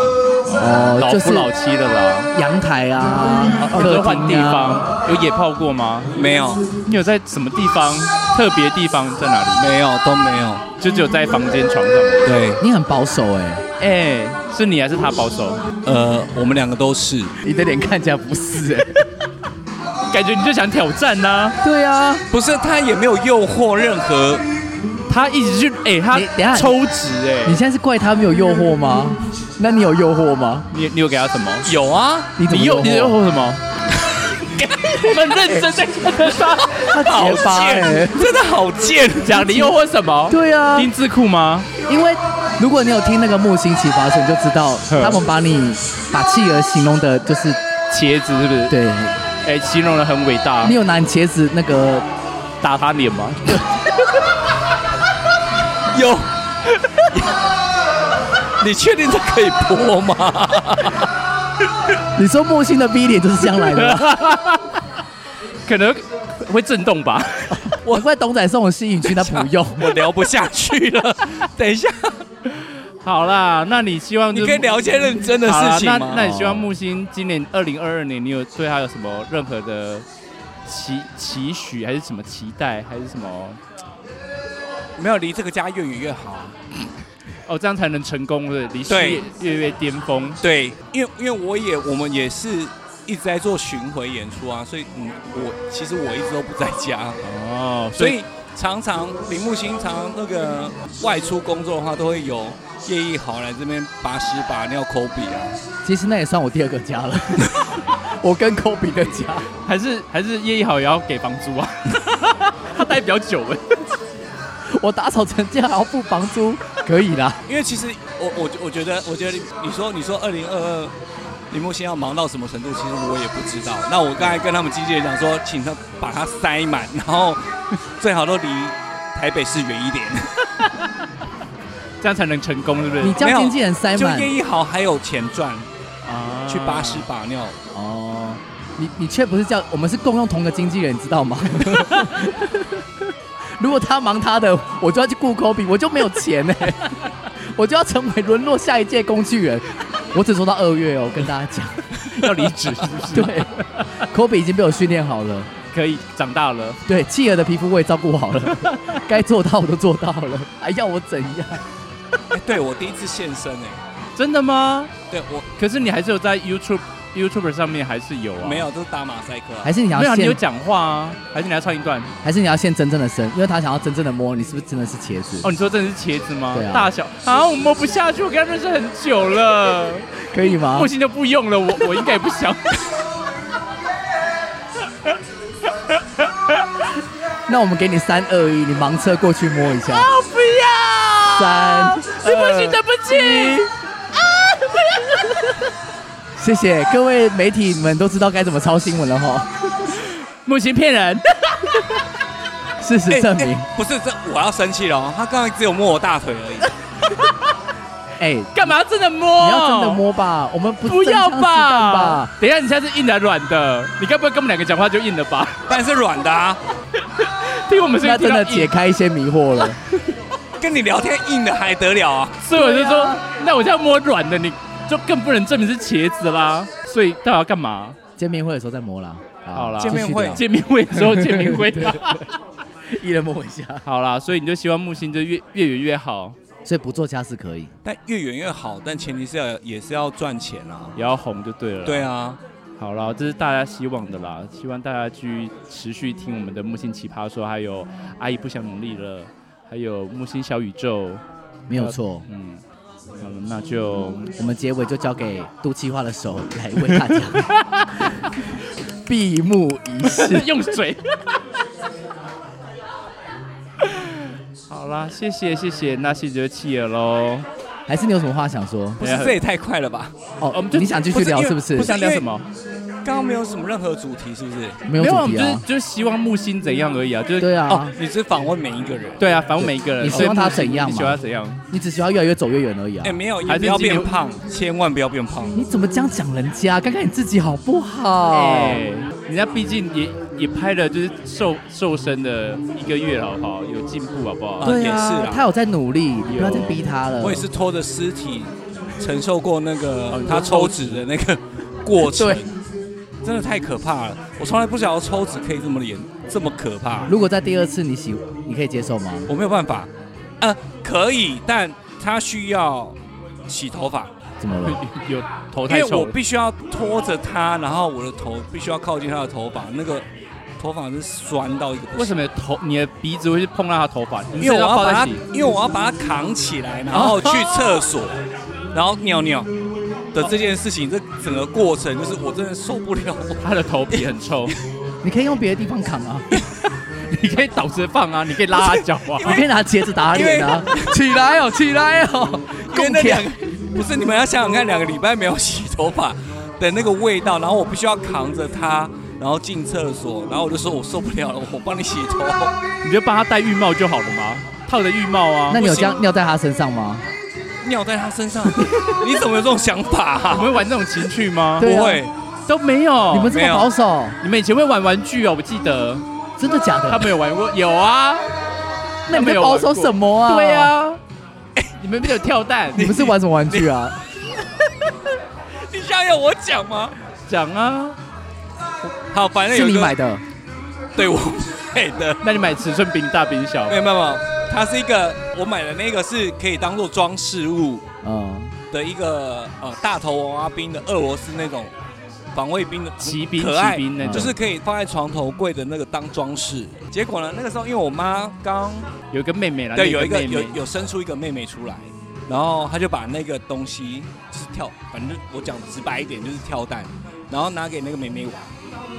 G: 哦
B: 老
G: 就是
B: 夫老妻的啦。
G: 阳台啊，
B: 哦
G: 客
B: 你
G: 厅
B: 都
G: 啊
B: 换地方，有野炮过吗？
L: 没有。
B: 你有在什么地方特别地方在哪里？
L: 没有，都没有，
B: 就只有在房间床上。对，
G: 你很保守哎、
B: 哎、是你还是他保守？
L: 呃，我们两个都是。
G: 你的脸看起来不是哎、
B: 感觉你就想挑战呐、
G: 对啊，
L: 不是他也没有诱惑任何，
B: 他一直去哎、
G: 你等一下
B: 他抽脂哎、
G: 你现在是怪他没有诱惑吗？那你有诱惑 吗？
B: 你你有给他什么？
L: 有啊，
G: 你怎么
B: 你
G: 诱
B: 有
G: 惑
B: 你有什 么？ 我们认真在看他，
G: 他结巴哎
L: 真的好贱，
B: 讲你诱惑什么？
G: 对啊
B: 丁哦字裤吗？
G: 因为如果你有听那个木星启发书，你就知 道他们把你把企鹅形容的就是
B: 茄子是不是？
G: 对，
B: 哎、形容的很伟大。
G: 你有拿你茄子那个
B: 打他脸吗？
L: 有。 你确定这可以播吗？
G: 你说木星的 V 脸就是这样来的吗，
B: 可能会震动吧。
G: 我怪董仔送我吸引区，他不 用。
L: 我聊不下去了。等一下，
B: 好啦，那你希望就是
L: 你可以聊一些认真的
B: 好啦
L: 事情吗
B: 那那你希望木星今年二零二二年，你有对他有什么任何的期期许，还是什么期待，还是什么？
L: 没有离这个家越远越好啊。
B: 哦，这样才能成功，对不对，离事
L: 对
B: 业越越巅峰。
L: 对，因为因为我也我们也是一直在做巡回演出啊，所以嗯，我其实我一直都不在家
B: 哦，
L: 所以常常林木星常常那个外出工作的话，都会有叶一豪来这边把屎把尿抠鼻啊。
G: 其实那也算我第二个家 了，我跟科比的家。
B: 还是还是叶一好也要给房租啊， 他待比较久 哎。
G: 我打扫成这样，然后付房租，可以啦。
L: 因为其实我我我觉得我觉得你你说你说二零二二林木星要忙到什么程度，其实我也不知道。那我刚才跟他们经纪人讲说，请他把它塞满，然后最好都离台北市远一点。
B: 这样才能成功，是不是？
G: 你叫经纪人塞
L: 就
G: 满
L: 叶一豪还有钱赚
B: 啊，
L: 去巴士把尿。
G: 哦，你你却不是叫我们是共用同一个经纪人，你知道吗？ 如果他忙他的，我就要去顾科比，我就没有钱呢，欸 我就要成为沦落下一届工具人。我只做到二月哦，跟大家讲，
B: 要离职是不是？
G: 对，科比已经被我训练好了，
B: 可以长大了。
G: 对，企鹅的皮肤我也照顾好了， 该做到我都做到了，还 要我怎样？
L: 哎对我第一次现身哎、
B: 真的吗？
L: 对我
B: 可是你还是有在 YouTube YouTube 上面还是有啊，
L: 没有，都是打马赛克啊、
G: 还是你要
B: 没有啊，
G: 现
B: 你有讲话啊，还是你要唱一段？
G: 还是你要现真正的生，因为他想要真正的摸你，是不是真的是茄子？
B: 哦，你说真的是茄子吗？
G: 对啊
B: 大小啊，我摸不下去，我跟他认识很久 了，
G: 可以吗
B: 木？星就不用了，我我应该也不 想。
G: 那我们给你三二一，你盲测过去摸一下。
B: 啊，不要！
G: 三
B: 是不行，
G: 二
B: 对不起。 啊，不要！
G: 谢谢各位媒体们都知道该怎么抄新闻了哈。
B: 木星骗人，
G: 事实证明，
L: 哎不是这，我要生气了哦。他刚才只有摸我大腿而已。
G: 哎、
B: 干嘛真的摸？
G: 你要真的摸吧，我们不
B: 不要
G: 正常时段
B: 吧
G: 吧？？
B: 等一下，你现在是硬的软的？你该不会跟我们两个讲话就硬的 吧？
L: 当然是软的啊。
B: 听我们声音
G: 那真的
B: 听到硬
G: 解开一些迷惑了。
L: 跟你聊天硬的还得了啊？
B: 所以我就说，那我现在摸软的，你就更不能证明是茄子啦。所以到底要干嘛？
G: 见面会的时候再摸啦。
B: 好啦，
G: 继续聊，
B: 见面会的时候见面会
G: 一人摸一下。
B: 好啦，所以你就希望木星就越越远越好，
G: 所以不做家事可以。
L: 但越远越好，但前提是要也是要赚钱啊。
B: 也要红就对了。
L: 对啊，
B: 好啦，这是大家希望的啦，希望大家去持续听我们的木星奇葩说，还有阿姨不想努力了，还有木星小宇宙，
G: 没有错。
B: 嗯，好了，那就
G: 我们结尾就交给杜气化的手来 为大家闭幕仪式
B: 。用水。好啦，谢谢谢谢，那谢谢就弃了喽。
G: 还是你有什么话想说？
B: 哎
L: 不是这也太快了吧？
G: 哦我们就你想继续聊是不是不想聊什么？
L: 因为刚刚没有什么任何主题，是不是？
G: 没有主题啊
B: 我们就是就是希望木星怎样而已啊，就是对
G: 啊
B: 哦
L: 你只反问每一个人。
B: 对啊，反正每一个人，
G: 你希望他怎样
B: 你
G: 嘛？
B: 喜欢他怎样？
G: 你只需要越来越走越远而已啊
L: 哎、！没有，
B: 还
L: 也
B: 是
L: 不要
B: 金牛
L: 变胖，千万不要变胖。
G: 你怎么这样讲人家？看看你自己好不好？
B: 哎，
G: 哦
B: 人家毕竟也也拍了，就是瘦瘦身的一个月了，好不好？有进步好不好？
G: 对啊，他有在努力，你不要再逼他了。
L: 我也是拖着尸体，承受过那
B: 哦
L: 个他抽脂的 那个过程，真的太可怕了。我从来不晓得抽脂可以这么严，这么可怕。
G: 如果在第二次你喜，你可以接受吗？
L: 我没有办法，呃，可以，但他需要洗头发，
G: 怎么了？
B: 有头
L: 因
B: 太
L: 为
B: 臭
L: 我
B: 了，
L: 必须要拖着他，然后我的头必须要靠近他的头发，那个头发是酸到一个不行。
B: 为什么头你的鼻子会去碰到他头发？你
L: 因为我要把它
B: 它，
L: 因为我要把它扛起来，然后去厕所，然后尿尿的这件事情，这整个过程就是我真的受不了。
B: 他的头皮很臭，
G: 你可以用别的地方扛 啊，
B: 你可以倒着放啊，你可以拉他脚啊，
G: 你可以拿茄子打他 脸啊！起来哦，起来哦！
L: 因为那两
G: 共舔
L: 个不是你们要想想看，两个礼拜没有洗头发的那个味道，然后我必须要扛着它，然后进厕所，然后我就说我受不了了，我帮你洗头。
B: 你就帮他戴浴帽就好了嘛，套着浴帽啊。
G: 那你有
B: 不
G: 这
B: 行
G: 样尿在他身上吗？
L: 尿在他身上， 你怎么有这种想法、啊？
B: 你们会玩这种情趣吗？
G: 对啊
L: 不会，
B: 都没有。
G: 你们这么保守，
B: 你们以前会玩玩具哦，我记得。
G: 真的假
B: 他
G: 的？
B: 们有玩过，有啊。
G: 那你在保守什么啊？
B: 对， 啊，你们没有跳蛋，
G: 你们是玩什么玩具啊？
L: 你想要我讲吗？
B: 讲啊？
L: 好，反正
G: 是
L: 有一
G: 你
L: 个
G: 买的，
L: 对我买的。
B: 那你买尺寸比你大比你小
L: 没？有没有，没有它是一个我买的那个是可以当做装饰物
G: 嗯，
L: 的一个呃大头娃娃兵的俄罗斯那种防卫兵的
B: 骑兵
L: 可爱
B: 骑兵那种
L: 就是可以放在床头柜的那个当装饰。结果呢，那个时候因为我妈刚
B: 有一个妹妹啦，
L: 对有一个
B: 妹
L: 有
B: 妹，
L: 有生出一个妹妹出来，然后她就把那个东西就是跳，反正我讲直白一点就是跳蛋，然后拿给那个妹妹玩。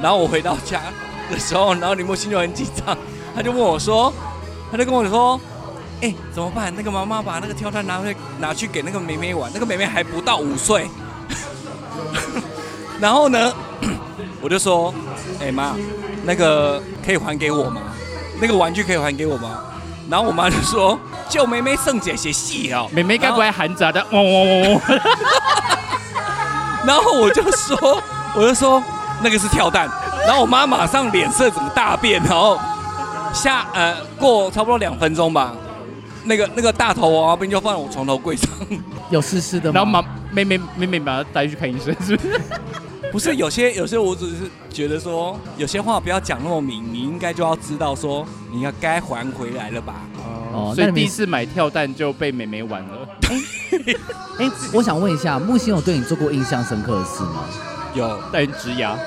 L: 然后我回到家的时候，然后李莫欣就很紧张，她就问我说，她就跟我说。哎、怎么办？那个妈妈把那个跳蛋拿回拿去给那个妹妹玩，那个妹妹还不到五岁。 然后呢，我就说，哎、妈，那个可以还给我吗？那个玩具可以还给我吗？然后我妈就说，就妹妹圣姐写戏哦。
B: 妹妹该不会含着的？嗡嗡嗡嗡。
L: 然后我就说，我就说那个是跳蛋。然后我妈马上脸色整个大变，然后下呃过差不多两分钟吧，那个那个大头娃娃兵就放在我床头柜 上。
G: 有湿湿的吗？
B: 然后妈妹妹妹妹把她带去看医生，是不是？
L: 不是有些有些我只是觉得说，有些话不要讲那么明，你应该就要知道说，你要该还回来了吧？
G: 哦
B: 所
G: 那
B: 以
G: 你
B: 第一
G: 们哎
B: 次买跳蛋就被妹妹 玩了。
G: 哎，我想问一下，木星有对你做过印象深刻的事吗？
L: 有
B: 带你植牙，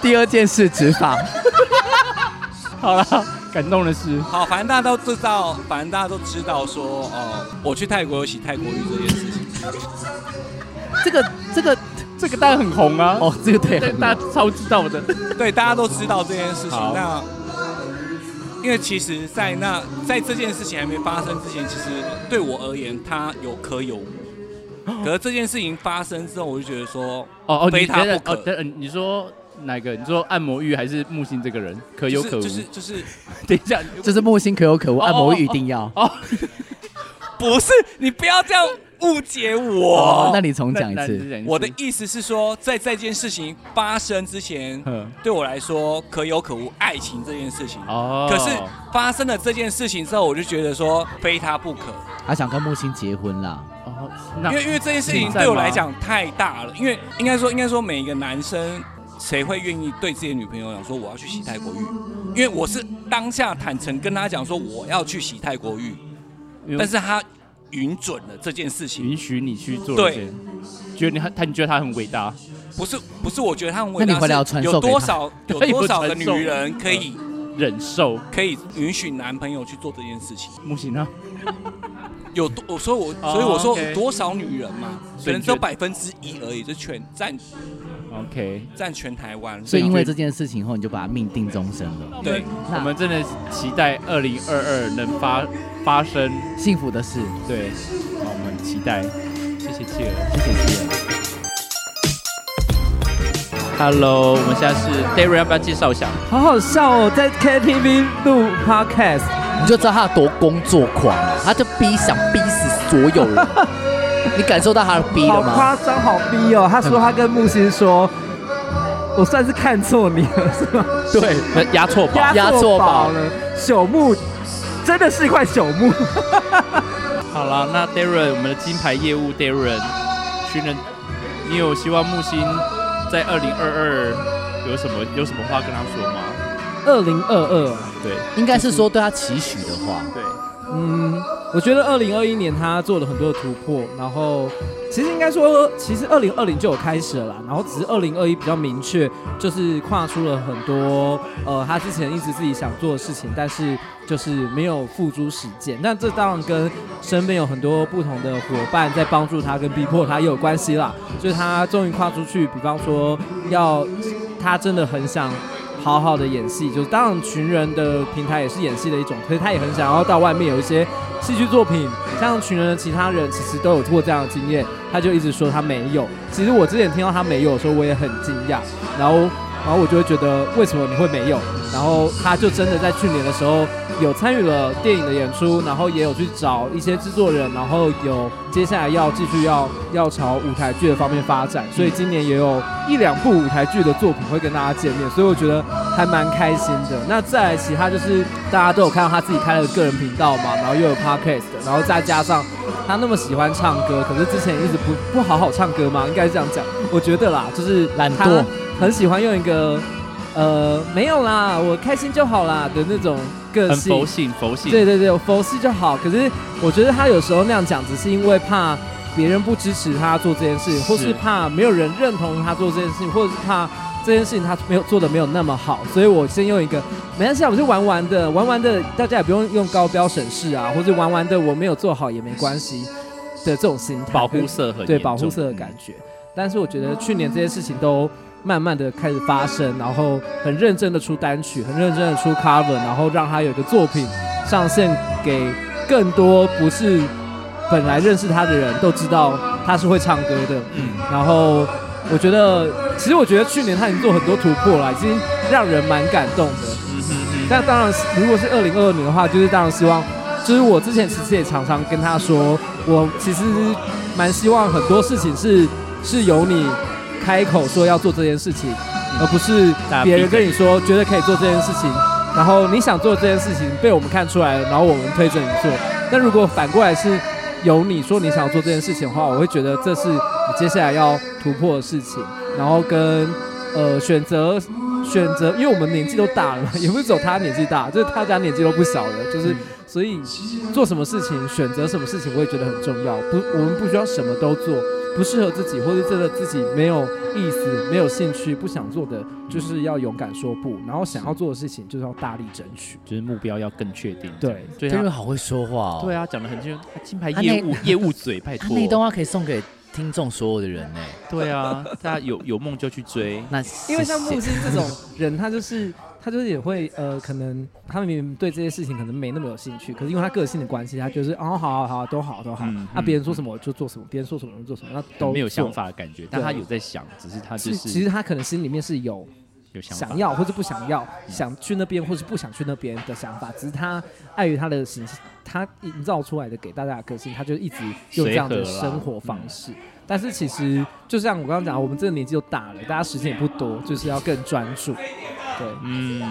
G: 第二件事执 法，
B: 好了，感动的是，
L: 好，反正大家都知道，反正大家都知道说，哦，我去泰国有洗泰国浴这件事情。
G: 这个这个
B: 这个当然很红啊，
G: 哦，这个对，很
B: 大家超知道的，
L: 对，大家都知道这件事情。
B: 好
L: 那因为其实，在那在这件事情还没发生之前，其实对我而言，它有可 有无。可是这件事情发生之后，我就觉得说，
B: 哦哦，
L: 非
B: 你
L: 他
B: 等等
L: 不可。
B: 哦，等等，你说哪个？你说按摩浴还是木星这个人可有可无？
L: 就是就是就是，
B: 等一下，
G: 就是木星可有可无，
B: 哦
G: 按摩浴一定要。
B: 哦，
L: 不是，你不要这样误解
G: 哦
L: 我。
G: 那你重讲一次那那你讲一次
L: 我的意思是说，在这件事情发生之前
G: 嗯，
L: 对我来说可有可无，爱情这件事情。
B: 哦
L: 可是发生了这件事情之后，我就觉得说非他不可，
G: 他想跟木星结婚啦。
B: 哦，
L: 因为因为这件事情对我来，讲太大了。因为应该说应该说每一个男生。谁会愿意对自己的女朋友讲说我要去洗泰国浴？因为我是当下坦诚跟他讲说我要去洗泰国浴，但是他允准了这件事情，
B: 允许你去做，
L: 对，
B: 觉得你他他你觉得他很伟大，
L: 不是不是，我觉得他很伟
B: 那
L: 大。
B: 你回来
L: 是
B: 有传授
L: 有
B: 给
L: 多
B: 他
L: 少有
B: 对有
L: 多少
B: 传
L: 的女
B: 授
L: 人可以
B: 忍受
L: 可以允许男朋友去做这件事情？
B: 木星啊，
L: 有多我说我
B: 哦
L: 所以我说
B: OK
L: 有多少女人嘛，可
B: 所以
L: 能
B: 你
L: 只有
B: 觉得哦
L: 百分之一而已，就全占
B: OK，
L: 占全台湾。
G: 所以因为这件事情后，你就把他命定终身了。
L: 对
B: 我们真的期待二零二二能发发生
G: 幸福的事。
B: 对，好，我们期待，谢谢企鹅，
G: 谢谢企鹅。
B: Hello，我们现在是 Darry，要不要介绍一下？
M: 好好笑哦，在 KTV 录 podcast，
G: 你就知道他有多工作狂，他就逼想逼死所有 人。你感受到他的逼
M: 好
G: 了
M: 夸
G: 吗？
M: 张，好逼哦！他说他跟木星说，我算是看错你了，是吗？
B: 对，压错宝
M: 呃压
B: 压
M: 错
B: 错
M: 宝
B: 宝
M: 了。朽木真的是一块朽木，
B: 好了，那 Darren，我们的金牌业务 Darren，寻人，你有希望木星在二零二二有什么有什么话跟他说吗？
M: 二零二二。
B: 对，
G: 应该是说对他期许的话。
B: 对，
M: 嗯，我觉得二零二一年他做了很多的突破，然后其实应该说，其实二零二零就有开始了啦，然后只是二零二一比较明确，就是跨出了很多呃他之前一直自己想做的事情，但是就是没有付诸实践。那这当然跟身边有很多不同的伙伴在帮助他跟逼迫他也有关系啦，就是他终于跨出去，比方说要他真的很想好好的演戏，就是当然群人的呃平台也是演戏的一种，可是他也很想要到外面有一些戏剧作品，像群人的其他人其实都有过这样的经验，他就一直说他没有。其实我之前听到他没有的时候，我也很惊讶，然后然后我就会觉得为什么你会没有？然后他就真的在去年的时候有参与了电影的演出，然后也有去找一些制作人，然后有接下来要继续要要朝舞台剧的方面发展，所以今年也有一两部舞台剧的作品会跟大家见面，所以我觉得还蛮开心的。那再来其他就是大家都有看到他自己开了个人频道嘛，然后又有 podcast，然后再加上他那么喜欢唱歌，可是之前一直不不好好唱歌嘛，应该是这样讲，我觉得啦，就是懒
G: 惰，
M: 很喜欢用一个呃，没有啦，我开心就好啦的那种个
B: 很
M: 性，
B: 佛性，佛性，
M: 对对对，我佛系就好。可是我觉得他有时候那样讲，只是因为怕别人不支持他做这件事情，或是
B: 是
M: 怕没有人认同他做这件事情，或者是怕这件事情他没有做的没有那么好。所以我先用一个没关系啊，我就玩玩的，玩玩的，大家也不用用高标审视啊，或者玩玩的我没有做好也没关系的这种心态，
B: 保护色很
M: 对
B: 严
M: 保护
B: 重
M: 色的感觉。但是我觉得去年这些事情都慢慢的开始发生，然后很认真的出单曲，很认真的出 cover，然后让他有一个作品上线给更多不是本来认识他的人都知道他是会唱歌的。嗯，然后我觉得，其实我觉得去年他已经做很多突破了，已经让人蛮感动的。但当然是，如果是二零二二年的话，就是当然希望，就是我之前其实也常常跟他说，我其实蛮希望很多事情是是由你开口说要做这件事情，而不是别人跟你说觉得可以做这件事情，然后你想做这件事情被我们看出来了，然后我们推着你做。但如果反过来是由你说你想要做这件事情的话，我会觉得这是你接下来要突破的事情，然后跟呃选择选择，因为我们年纪都大了嘛，也不是只有他年纪大，就是大家年纪都不小了，就是、所以做什么事情选择什么事情，我也觉得很重要。不，我们不需要什么都做，不适合自己，或是真的自己没有意思、没有兴趣、不想做的，就是要勇敢说不，然后想要做的事情就是要大力争取，
B: 就是目标要更确定。
M: 对，
B: 对
G: 真
B: 啊
G: 的，好会说话哦。
B: 对啊，讲的很清楚，啊金牌
G: 他
B: 业
G: 那
B: 务业务嘴，拜
G: 他
B: 托。
G: 那一段话可以送给听众所有的人呢。
B: 对啊，大家有有梦就去追。
G: 那
M: 因为像木星这种人，他就是他就是也会呃，可能他明明对这些事情可能没那么有兴趣，可是因为他个性的关系，他就是哦，好好好，都好都好，那、
B: 嗯
M: 啊、别人说什么我就做什么，别人说什么我就做什么，那 都
B: 没有想
M: 做
B: 法的感觉，但他
M: 对
B: 有在想，只是他就是是
M: 其实他可能心里面是有
B: 有想法
M: 想要或是不想要，想去那边或是不想去那边的想法，只是他碍于他的形，他营造出来的给大家的个性，他就一直用这样的
B: 随和啦嗯
M: 生活方式。但是其实就像我刚刚讲，我们这个年纪又大了，大家时间也不多，就是要更专注。对，
B: 嗯，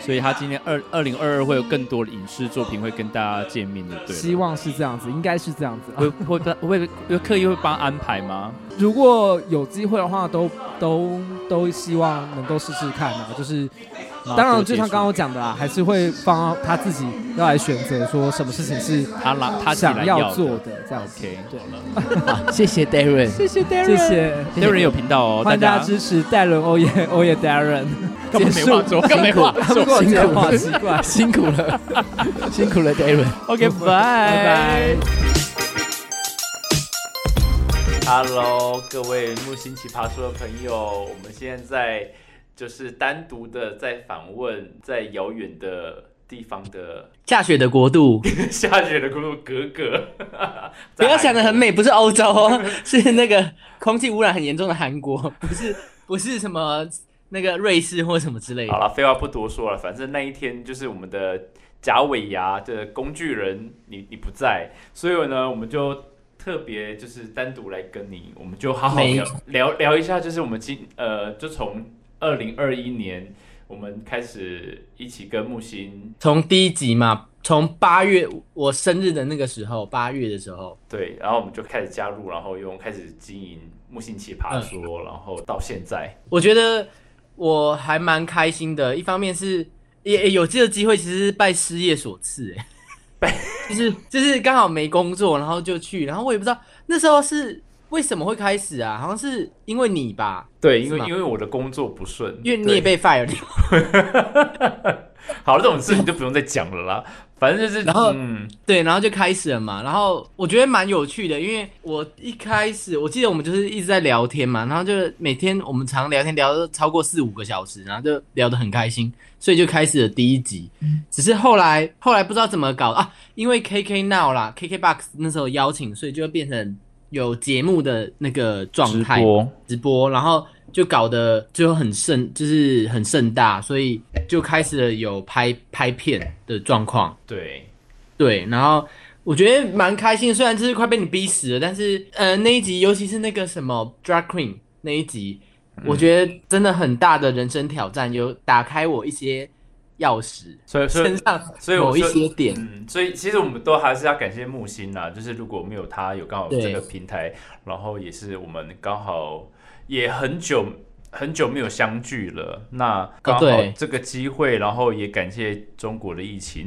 B: 所以他今年二二零二二会有更多的影视作品会跟大家见面的，对了。
M: 希望是这样子，应该是这样子。
B: 会会会会刻意会帮他安排吗？
M: 如果有机会的话，都都都希望能够试试看啊。就是，
B: 然后多
M: 当然
B: 接
M: 就像
B: 触
M: 刚刚我讲的啦，还是会放他自己要来选择说什么事情是
B: 他拉他自己来
M: 想
B: 要
M: 要
B: 的
M: 做的这样子。对，
G: 好谢谢 Darren，
M: 谢谢 Darren 谢
G: 谢谢
M: 谢
B: Darren 有频道哦
M: 欢迎
B: 大家
M: 大家支持戴伦欧耶欧耶 Darren。
B: 根本没话说根本没话说
M: 辛苦，
B: 辛苦
M: 辛苦，奇怪，
G: 辛苦了，辛苦了 Darren。
B: OK，拜
M: 拜。
B: Hello，各位木星奇葩说的朋友，我们现在就是单独的在访问在遥远的地方的
G: 下雪的国度，
B: 下雪的咕噜格格，
N: 不要想的很美，不是欧洲哦， 是那个空气污染很严重的韩国，不是不是什么那个瑞士或什么之类
B: 好
N: 的。
B: 了，废话不多说了，反正那一天就是我们的假尾牙的工具人，你你不在，所以呢，我们就特别就是单独来跟你，我们就好好
N: 没
B: 聊聊聊一下，就是我们今呃，就从二零二一年我们开始一起跟木星
N: 从第一集嘛，从八月我生日的那个时候，八月的时候，
B: 对，然后我们就开始加入，然后用开始经营木星奇葩说，
N: 嗯
B: 然后到现在，
N: 我觉得我还蛮开心的。一方面是也也有这个机会，其实是拜失业所赐，哎， 就是就是刚好没工作，然后就去，然后我也不知道那时候是为什么会开始啊，好像是因为你吧？
B: 对，因
N: 是
B: 为
N: 吗
B: 因为我的工作不顺，
N: 因为你也
B: 对
N: 被 fire 掉。
B: 好了，这种事情就不用再讲了啦，反正就是
N: 然后
B: 嗯
N: 对，然后就开始了嘛。然后我觉得蛮有趣的，因为我一开始我记得我们就是一直在聊天嘛，然后就是每天我们常聊天聊得超过四五个小时，然后就聊得很开心，所以就开始了第一集。只是后来后来不知道怎么搞啊，因为 KK Now 啦，KKBox 那时候邀请，所以就变成有节目的那个状态
B: 直播
N: 直播，然后就搞得就很盛，就是很盛大，所以就开始了有拍拍片的状况。
B: 对。
N: 对，然后我觉得蛮开心，虽然就是快被你逼死了，但是呃那一集，尤其是那个什么 drag queen 那一集，
B: 嗯
N: 我觉得真的很大的人生挑战，有打开我一些钥匙，
B: 所以所以
N: 身上
B: 所以我
N: 某一
B: 说
N: 些点，
B: 嗯，所以其实我们都还是要感谢木星啦，就是如果没有他有刚好
N: 对
B: 这个平台，然后也是我们刚好也很久很久没有相聚了，那刚好
N: 哦对
B: 这个机会，然后也感谢中国的疫 情，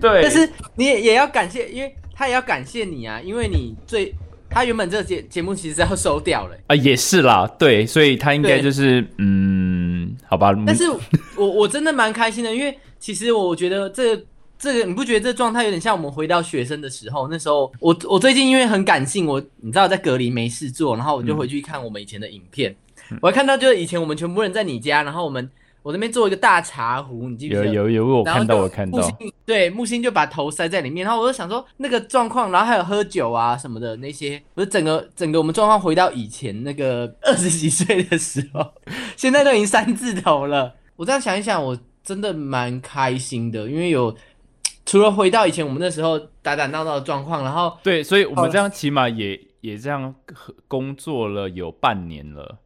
B: 对，
N: 但是你也也要感谢，因为他也要感谢你啊，因为你最他原本这个节节目其实要收掉了、
B: 啊也是啦，对，所以他应该
N: 对
B: 就是嗯，好吧，
N: 但是我我真的蛮开心的，因为其实我觉得这这个你不觉得这状态有点像我们回到学生的时候？那时候我我最近因为很感性，我你知道在隔离没事做，然后我就
B: 嗯
N: 回去看我们以前的影片，我还看到就是以前我们全部人在你家，然后我们我那边做一个大茶壶，你记不记
B: 有
N: 得？
B: 有有我
N: 然后
B: 看到
N: 就
B: 我看
N: 木
B: 到，
N: 星对木星就把头塞在里面，然后我就想说那个状况，然后还有喝酒啊什么的那些，我就整个整个我们状况回到以前那个 二十几岁的时候，现在都已经三字头了。我这样想一想，我真的蛮开心的，因为有除了回到以前我们那时候打打闹闹的状况，然后
B: 对，所以我
N: 哦
B: 们这样起码也也这样工作了有半年了。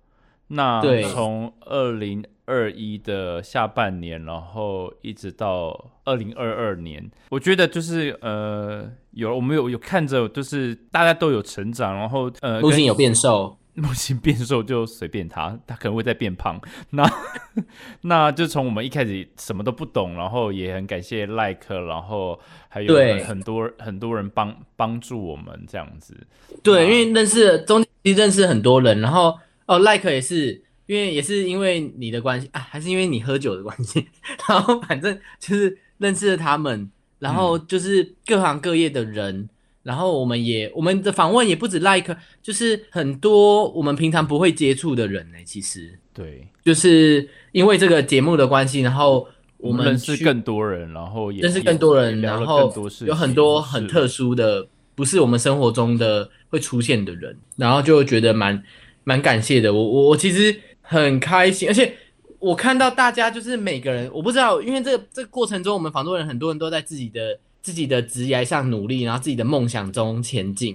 B: 那
N: 对
B: 从二零二一的下半年，然后一直到二零二二年，我觉得就是呃，有我们有有看着，就是大家都有成长，然后呃，
N: 木星
B: 跟
N: 有变瘦，
B: 木星变瘦就随便他，他可能会再变胖。那 那就从我们一开始什么都不懂，然后也很感谢 Like，然后还有
N: 对
B: 很多很多人帮帮助我们这样子。啊
N: 对，因为认识中间认识很多人，然后哦，like 也是，因为也是因为你的关系啊，还是因为你喝酒的关系， 然后反正就是认识了他们，然后
B: 嗯
N: 就是各行各业的人，然后我们也我们的访问也不止 like，就是很多我们平常不会接触的人呢、其实
B: 对，
N: 就是因为这个节目的关系，然后我
B: 我们
N: 们
B: 认识
N: 去
B: 更多人，然后也
N: 认识更多人，
B: 也聊
N: 然
B: 了
N: 后
B: 更多事情，
N: 有很多很特殊的，不是我们生活中的会出现的人，然后就觉得蛮蛮感谢的。我我我其实很开心，而且我看到大家就是每个人，我不知道，因为这这个过程中，我们访多人很多人都在自己的自己的职业上努力，然后自己的梦想中前进。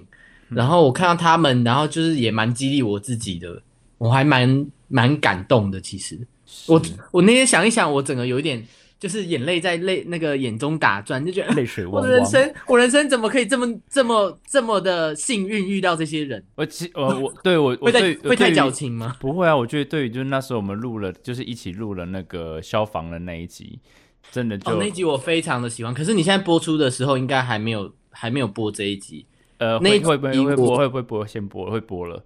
B: 嗯
N: 然后我看到他们，然后就是也蛮激励我自己的，我还蛮蛮感动的。其实我我那天想一想，我整个有一点就是眼泪在泪那个眼中打转，就觉得
B: 泪水
N: 我的人生，我人生怎么可以这么这么这么的幸运遇到这些人？
B: 我其呃我 对我我
N: 会太
B: 对
N: 会太
B: 对于
N: 矫情吗？
B: 不会啊，我觉得对于就是那时候我们录了，就是一起录了那个消防的那一集，真的就、
N: 哦，那一集我非常的喜欢，可是你现在播出的时候应该还没有还没有播这一集。
B: 呃
N: 那一
B: 会
N: 集
B: 会
N: 我
B: 不会会播会不会播先播会播了，
N: 哦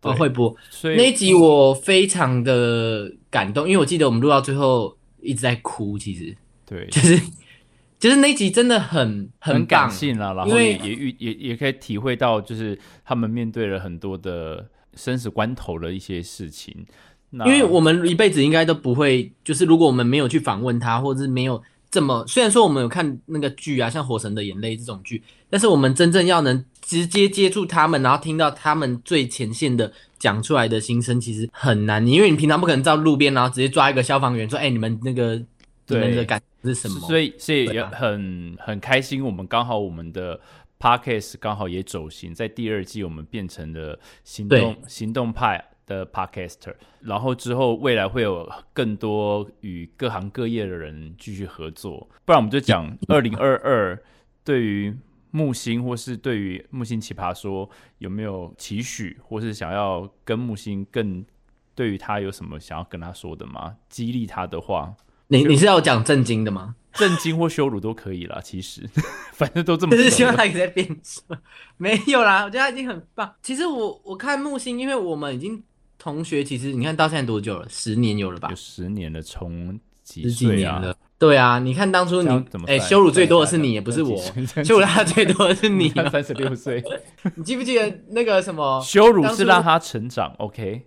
B: 对
N: 会播，
B: 所以
N: 那一集我非常的感动，因为我记得我们录到最后一直在哭，其实
B: 对，
N: 就是就是那一集真的很
B: 很
N: 棒
B: 感性啊啦，然
N: 因
B: 后也
N: 为
B: 也遇也也可以体会到，就是他们面对了很多的生死关头的一些事情。那
N: 因为我们一辈子应该都不会，就是如果我们没有去访问他，或者是没有这么，虽然说我们有看那个剧啊，像《火神的眼泪》这种剧，但是我们真正要能直接接触他们，然后听到他们最前线的讲出来的心声，其实很难。因为你平常不可能到路边，然后直接抓一个消防员说：“哎、你们那个你
B: 对
N: 们的感觉是什么？”啊
B: 所以所以也很很开心，我们刚好我们的 podcast 刚好也走形，在第二季我们变成了行动行动派的 podcaster，然后之后未来会有更多与各行各业的人继续合作，不然我们就讲
N: 嗯
B: 二零二二对于。木星，或是对于木星奇葩说有没有期许，或是想要跟木星更对于他有什么想要跟他说的吗？激励他的话，
N: 你你是要讲正经的吗？
B: 震惊或羞辱都可以啦，其实 反正都这么
N: 就
B: 熟了。
N: 是希望他也在变瘦，没有啦，我觉得他已经很棒。其实我我看木星，因为我们已经同学，其实你看到现在多久了？十年有了吧？有
B: 十年了，从几
N: 十几
B: 岁
N: 年
B: 啊
N: 了。对啊，你看当初你
B: 这样怎么
N: 哎、
B: 算
N: 羞辱最多的是你，也不是我
B: 算几岁，
N: 羞辱他最多的是 你。
B: 三十六岁，
N: 你记不记得那个什么
B: 羞辱是让
N: 哦当初
B: 他成长，OK？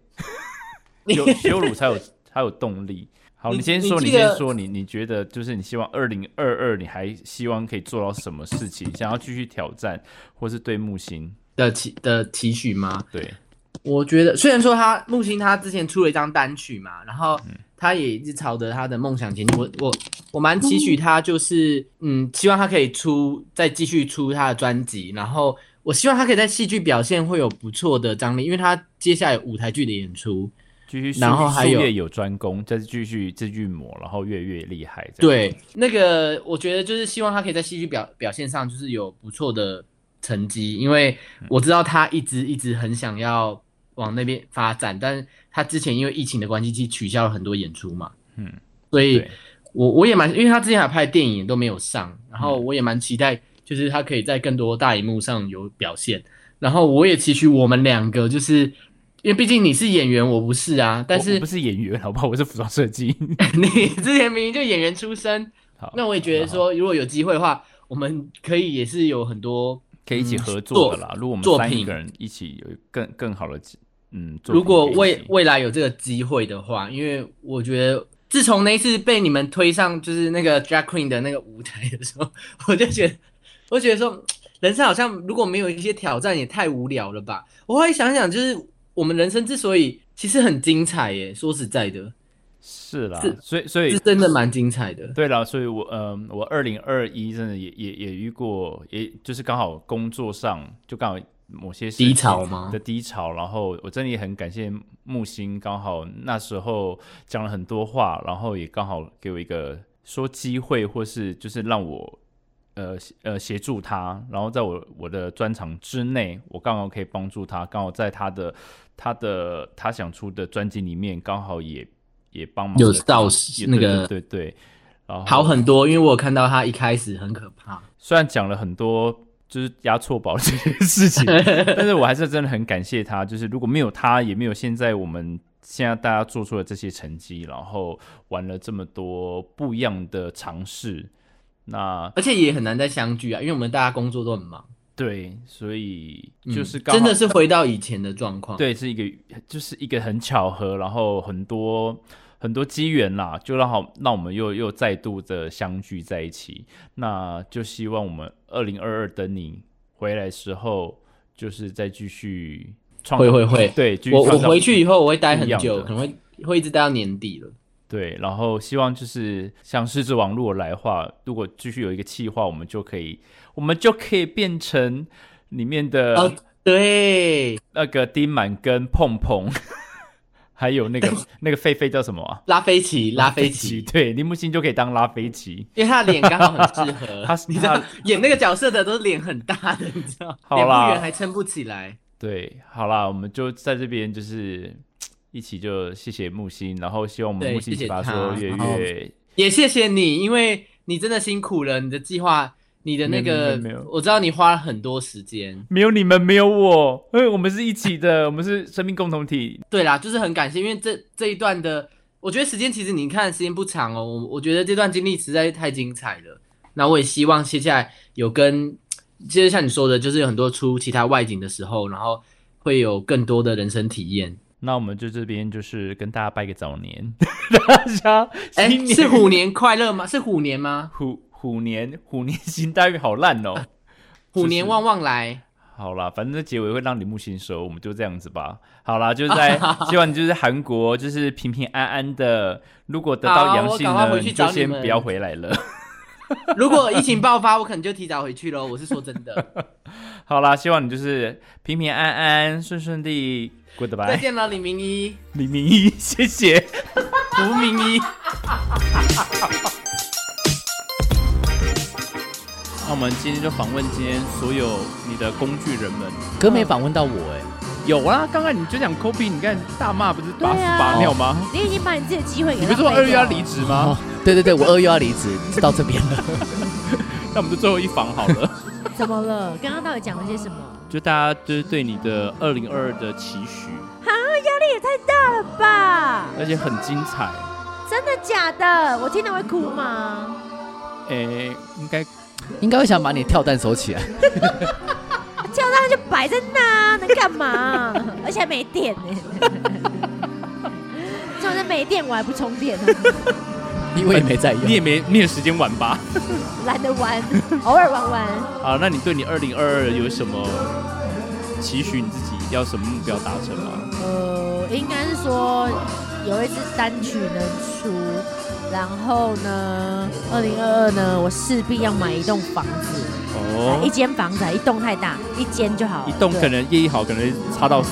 B: 有羞辱才有才有动力。好，
N: 你
B: 你先说，
N: 你
B: 你
N: 记得
B: 先说，你你觉得就是你希望二零二二你还希望可以做到什么事情？想要继续挑战，或是对木星
N: 的期的期许吗？
B: 对，
N: 我觉得虽然说他木星他之前出了一张单曲嘛，然后他也一直朝着他的梦想前进。我我我蛮期许他，就是嗯，希望他可以出再继续出他的专辑，然后我希望他可以在戏剧表现会有不错的张力，因为他接下来有舞台剧的演出，
B: 继续术
N: 然后还
B: 术
N: 有
B: 业有专攻，再继续继续磨，然后越越厉害。这样
N: 对，那个我觉得就是希望他可以在戏剧表表现上就是有不错的成绩，因为
B: 嗯
N: 我知道他一直一直很想要往那边发展，但是他之前因为疫情的关系，其实取消了很多演出嘛，
B: 嗯，
N: 所以我我也蛮，因为他之前还拍电影都没有上，然后
B: 嗯
N: 我也蛮期待，就是他可以在更多大荧幕上有表现，然后我也期许我们两个就是。因为毕竟你是演员，我不是啊。但
B: 我
N: 是
B: 我不是演员，好不好？我是服装设计。
N: 你之前明明就演员出身，那我也觉得说，如果有机会的话，我们可以也是有很多
B: 可以一起合
N: 嗯
B: 作的啦。如果我们
N: 作
B: 三
N: 品
B: 个人一起有更更好的嗯，作品
N: 如果
B: 可以
N: 未未来有这个机会的话，因为我觉得自从那一次被你们推上就是那个 drag queen 的那个舞台的时候， 我就觉得，我就觉得说，嗯人生好像如果没有一些挑战，也太无聊了吧。我后来想想，就是我们人生之所以其实很精彩耶，说实在的，
B: 是啦
N: 是，
B: 啊所以所以
N: 是真的蛮精彩的。
B: 对啦，所以我嗯、我二零二一真的也也也遇过，也就是刚好工作上就刚好某些事情
N: 低潮吗
B: 的低潮，然后我真的也很感谢木星，刚好那时候讲了很多话，然后也刚好给我一个说机会，或是就是让我呃呃协助他，然后在我我的专长之内，我刚好可以帮助他，刚好在他的他的他想出的专辑里面，刚好也也帮忙
G: 有
B: 了
G: 到
B: 也
G: 那
B: 对
G: 个
B: 对对对，然后
G: 好很多，因为我有看到他一开始很可怕。
B: 虽然讲了很多就是押错宝这件事 情，但是我还是真的很感谢他。就是如果没有他，也没有现在我们现在大家做出的这些成绩，然后玩了这么多不一样的尝试，那
G: 而且也很难再相聚啊，因为我们大家工作都很忙，
B: 对，所以
G: 嗯
B: 就是刚好
G: 真的是回到以前的状况。，
B: 对，是一个就是一个很巧合，然后很多很多机缘啦，就让好让我们又又再度的相聚在一起。那就希望我们二零二二等你回来时候，就是再继续创
G: 会会会，
B: 对，继续
G: 我我
B: 创造
G: 回去以后我会待很
B: 不一样
G: 久，
B: 的
G: 可能会会一直待到年底了。
B: 对，然后希望就是像狮子王如果来的话，如果继续有一个企划，我们就可以，我们就可以变成里面的、
G: 哦对
B: 那个丁满跟碰碰， 还有 那个那个狒狒叫什么啊？
G: 拉菲奇，拉菲奇，
B: 对，林木星就可以当拉菲奇，
G: 因为他的脸刚好很适 合，
B: 他
G: 你知道
B: 他
G: 演那个角色的都是脸很大的，你知道，
B: 好啦
G: 脸不圆还撑不起来。
B: 对，好啦，我们就在这边就是一起就谢谢木星，然后希望我们
G: 对
B: 木星
G: 谢谢
B: 奇葩
G: 他
B: 说月
G: 然后
B: 月
G: 也谢谢你，因为你真的辛苦了，你的计划，你的那
B: 没有没
G: 个
B: 有没有，
G: 我知道你花了很多时间。
B: 没有你们，没有我，因为我们是一起的，我们是生命共同体。
G: 对啦，就是很感谢，因为这这一段的，我觉得时间其实你看时间不长哦，我我觉得这段经历实在是太精彩了。那我也希望接下来有跟，接着像你说的，就是有很多出其他外景的时候，然后会有更多的人生体验。
B: 那我们就这边就是跟大家拜个早年，
G: 哎、
B: 新年
G: 是虎年快乐吗？是虎年吗？
B: 虎虎年虎年行大运好烂 哦，
G: 虎年旺旺来。
B: 好啦，反正这结尾会让李木星收，我们就这样子吧。好啦，就是在 希望你就是韩国就是平平安安的，如果得到
G: 好
B: 阳
G: 我
B: 性
G: 赶快
B: 呢，
G: 回去
B: 你就
G: 找你
B: 先
G: 们
B: 不要回来了。
G: 如果疫情爆发，我可能就提早回去喽。我是 说真的，
B: 好啦，希望你就是平平安安、顺顺利
G: 再
B: ，Goodbye，
G: 见了，李明一，
B: 李明一，谢谢。
G: 吴明一。
B: 那我们今天就访问今天所有你的工具人们。
G: 哥没访问到我哎、
B: 有啊，刚刚你就讲 Kobe，你看大骂不是
F: 对
B: 把屎
F: 啊
B: 把尿吗？
F: 你已经把你自己的机会给
B: 你不是说
F: 浪费
B: 二月要
F: 掉了
B: 离职吗？
G: 哦对对对，我二月要离职，就到这边了。
B: 那我们就最后一访好了。
F: 怎么了？刚刚到底讲了些什么？
B: 就大家就是对你的二零二二的期许，
F: 哈，压力也太大了吧！
B: 而且很精彩。
F: 真的假的？我听到会哭吗？
B: 诶、应该
G: 应该会想把你跳蛋收起来。
F: 跳上就摆在那，能 干嘛？而且还没电呢、这种是没电，我还不充电呢、啊
G: 因为没在用，
B: 你也没你也时间玩吧。
F: 懒得玩，偶尔玩玩。
B: 好，那你对你二零二二有什么期许？你自己要什么目标达成吗？
F: 呃，应该是说有一支单曲能出，然后呢，二零二二呢，我势必要买一栋房子，一
B: 哦，
F: 间房子啊，一栋太大，一间就好了，
B: 一栋
F: 对
B: 可能业绩好，可能差到死。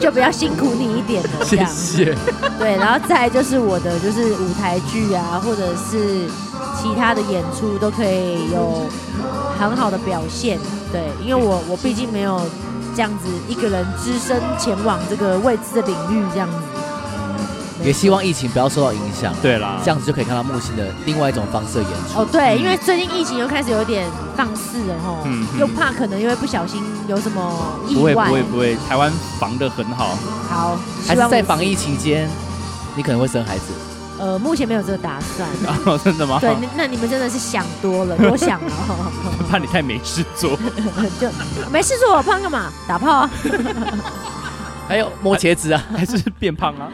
F: 就比较辛苦你一点 了，这样。
B: 谢。
F: 对，然后再来就是我的就是舞台剧啊，或者是其他的演出都可以有很好的表现。对，因为我我毕竟没有这样子一个人只身前往这个未知的领域这样子。
G: 也希望疫情不要受到影响。啊
B: 对啦啊
G: 这样子就可以看到木星的另外一种方式的演出。
F: 哦，对，因为最近疫情又开始有点放肆了吼，
B: 嗯嗯
F: 又怕可能又会不小心有什么意
B: 不会不
F: 外。
B: 会不会，台湾防的很好。
F: 好，
G: 还
F: 希望
G: 是
F: 我
G: 在防疫期间，你可能会生孩子。
F: 呃，目前没有这个打 算。
B: 哦，真的吗？
F: 对，那那你们真的是想多了，多想了吼。
B: 怕你太没事做。
F: 就没事做，我胖干嘛？打炮啊！
G: 还有摸茄子啊，
B: 还是变胖啊？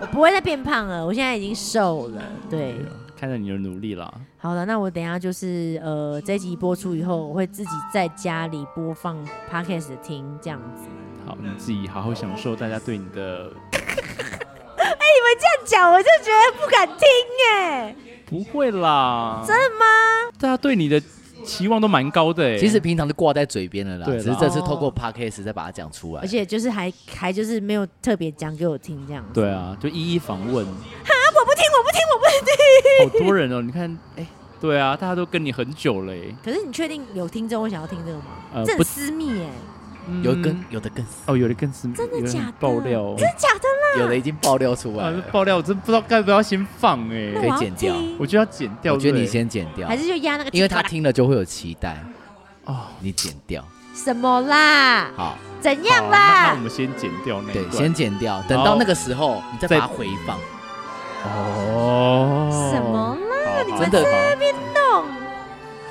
F: 我不会再变胖了，我现在已经瘦了。对，
B: 看到你的努力啦。
F: 好了，那我等一下就是呃，这一集播出以后，我会自己在家里播放 podcast 听这样子。
B: 好，你自己好好享受大家对你的。
F: 哎、你们这样讲，我就觉得不敢听哎、
B: 不会啦，
F: 真的吗？
B: 大家对你的期望都蛮高的哎。
G: 其实平常就挂在嘴边了啦，
B: 对啦
G: 只是这次透过 podcast 再把它讲出来
F: 哦而。且就是还还就是没有特别讲给我听这样子。
B: 对 啊，就一一访问，
F: 哈，我不听，我不听，我不
B: 好
F: 听。
B: 多人哦。你看，哎，对啊，大家都跟你很久了欸耶，
F: 可是你确定有听众会想要听这个吗？
B: 呃
F: 这
B: 不嗯
F: 很私密耶，
G: 有更有的更死
B: 哦，有的更是真
F: 的假的
B: 爆料哦，
F: 真的假的啦？
G: 有的已经爆料出来
B: 啊这
G: 了，
B: 爆料我真不知道该不要先放哎，
F: 那我要可以剪掉听
B: 我觉得要剪掉，
G: 我觉得
B: 对
G: 你先剪掉
F: 还，是就压那个？
G: 因为他听了就会有期待。哦，你剪掉，
F: 什么啦？
G: 好，
F: 怎样
B: 好啊那
F: 啦
B: 我？们先剪掉那一
G: 对，
B: 段
G: 先剪掉，等到那个时候你再把它回放。
B: 哦，
F: 什么啦？你们
G: 真的
F: 在那边弄，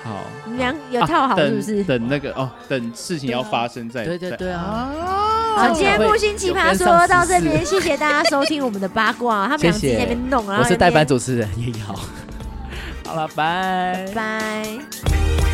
B: 好？
F: 你们俩有套好是不
B: 啊
F: 是？
B: 等等那个哦，等事情要发生再
G: 对对对啊！
F: 好，今天木星奇葩说到这边，谢谢大家收听我们的八卦。他们
G: 谢
F: 俩自己在那
G: 谢
F: 边弄，然后
G: 我是
F: 在
G: 代
F: 那边
G: 班主持人叶瑶。好了，拜
F: 拜拜。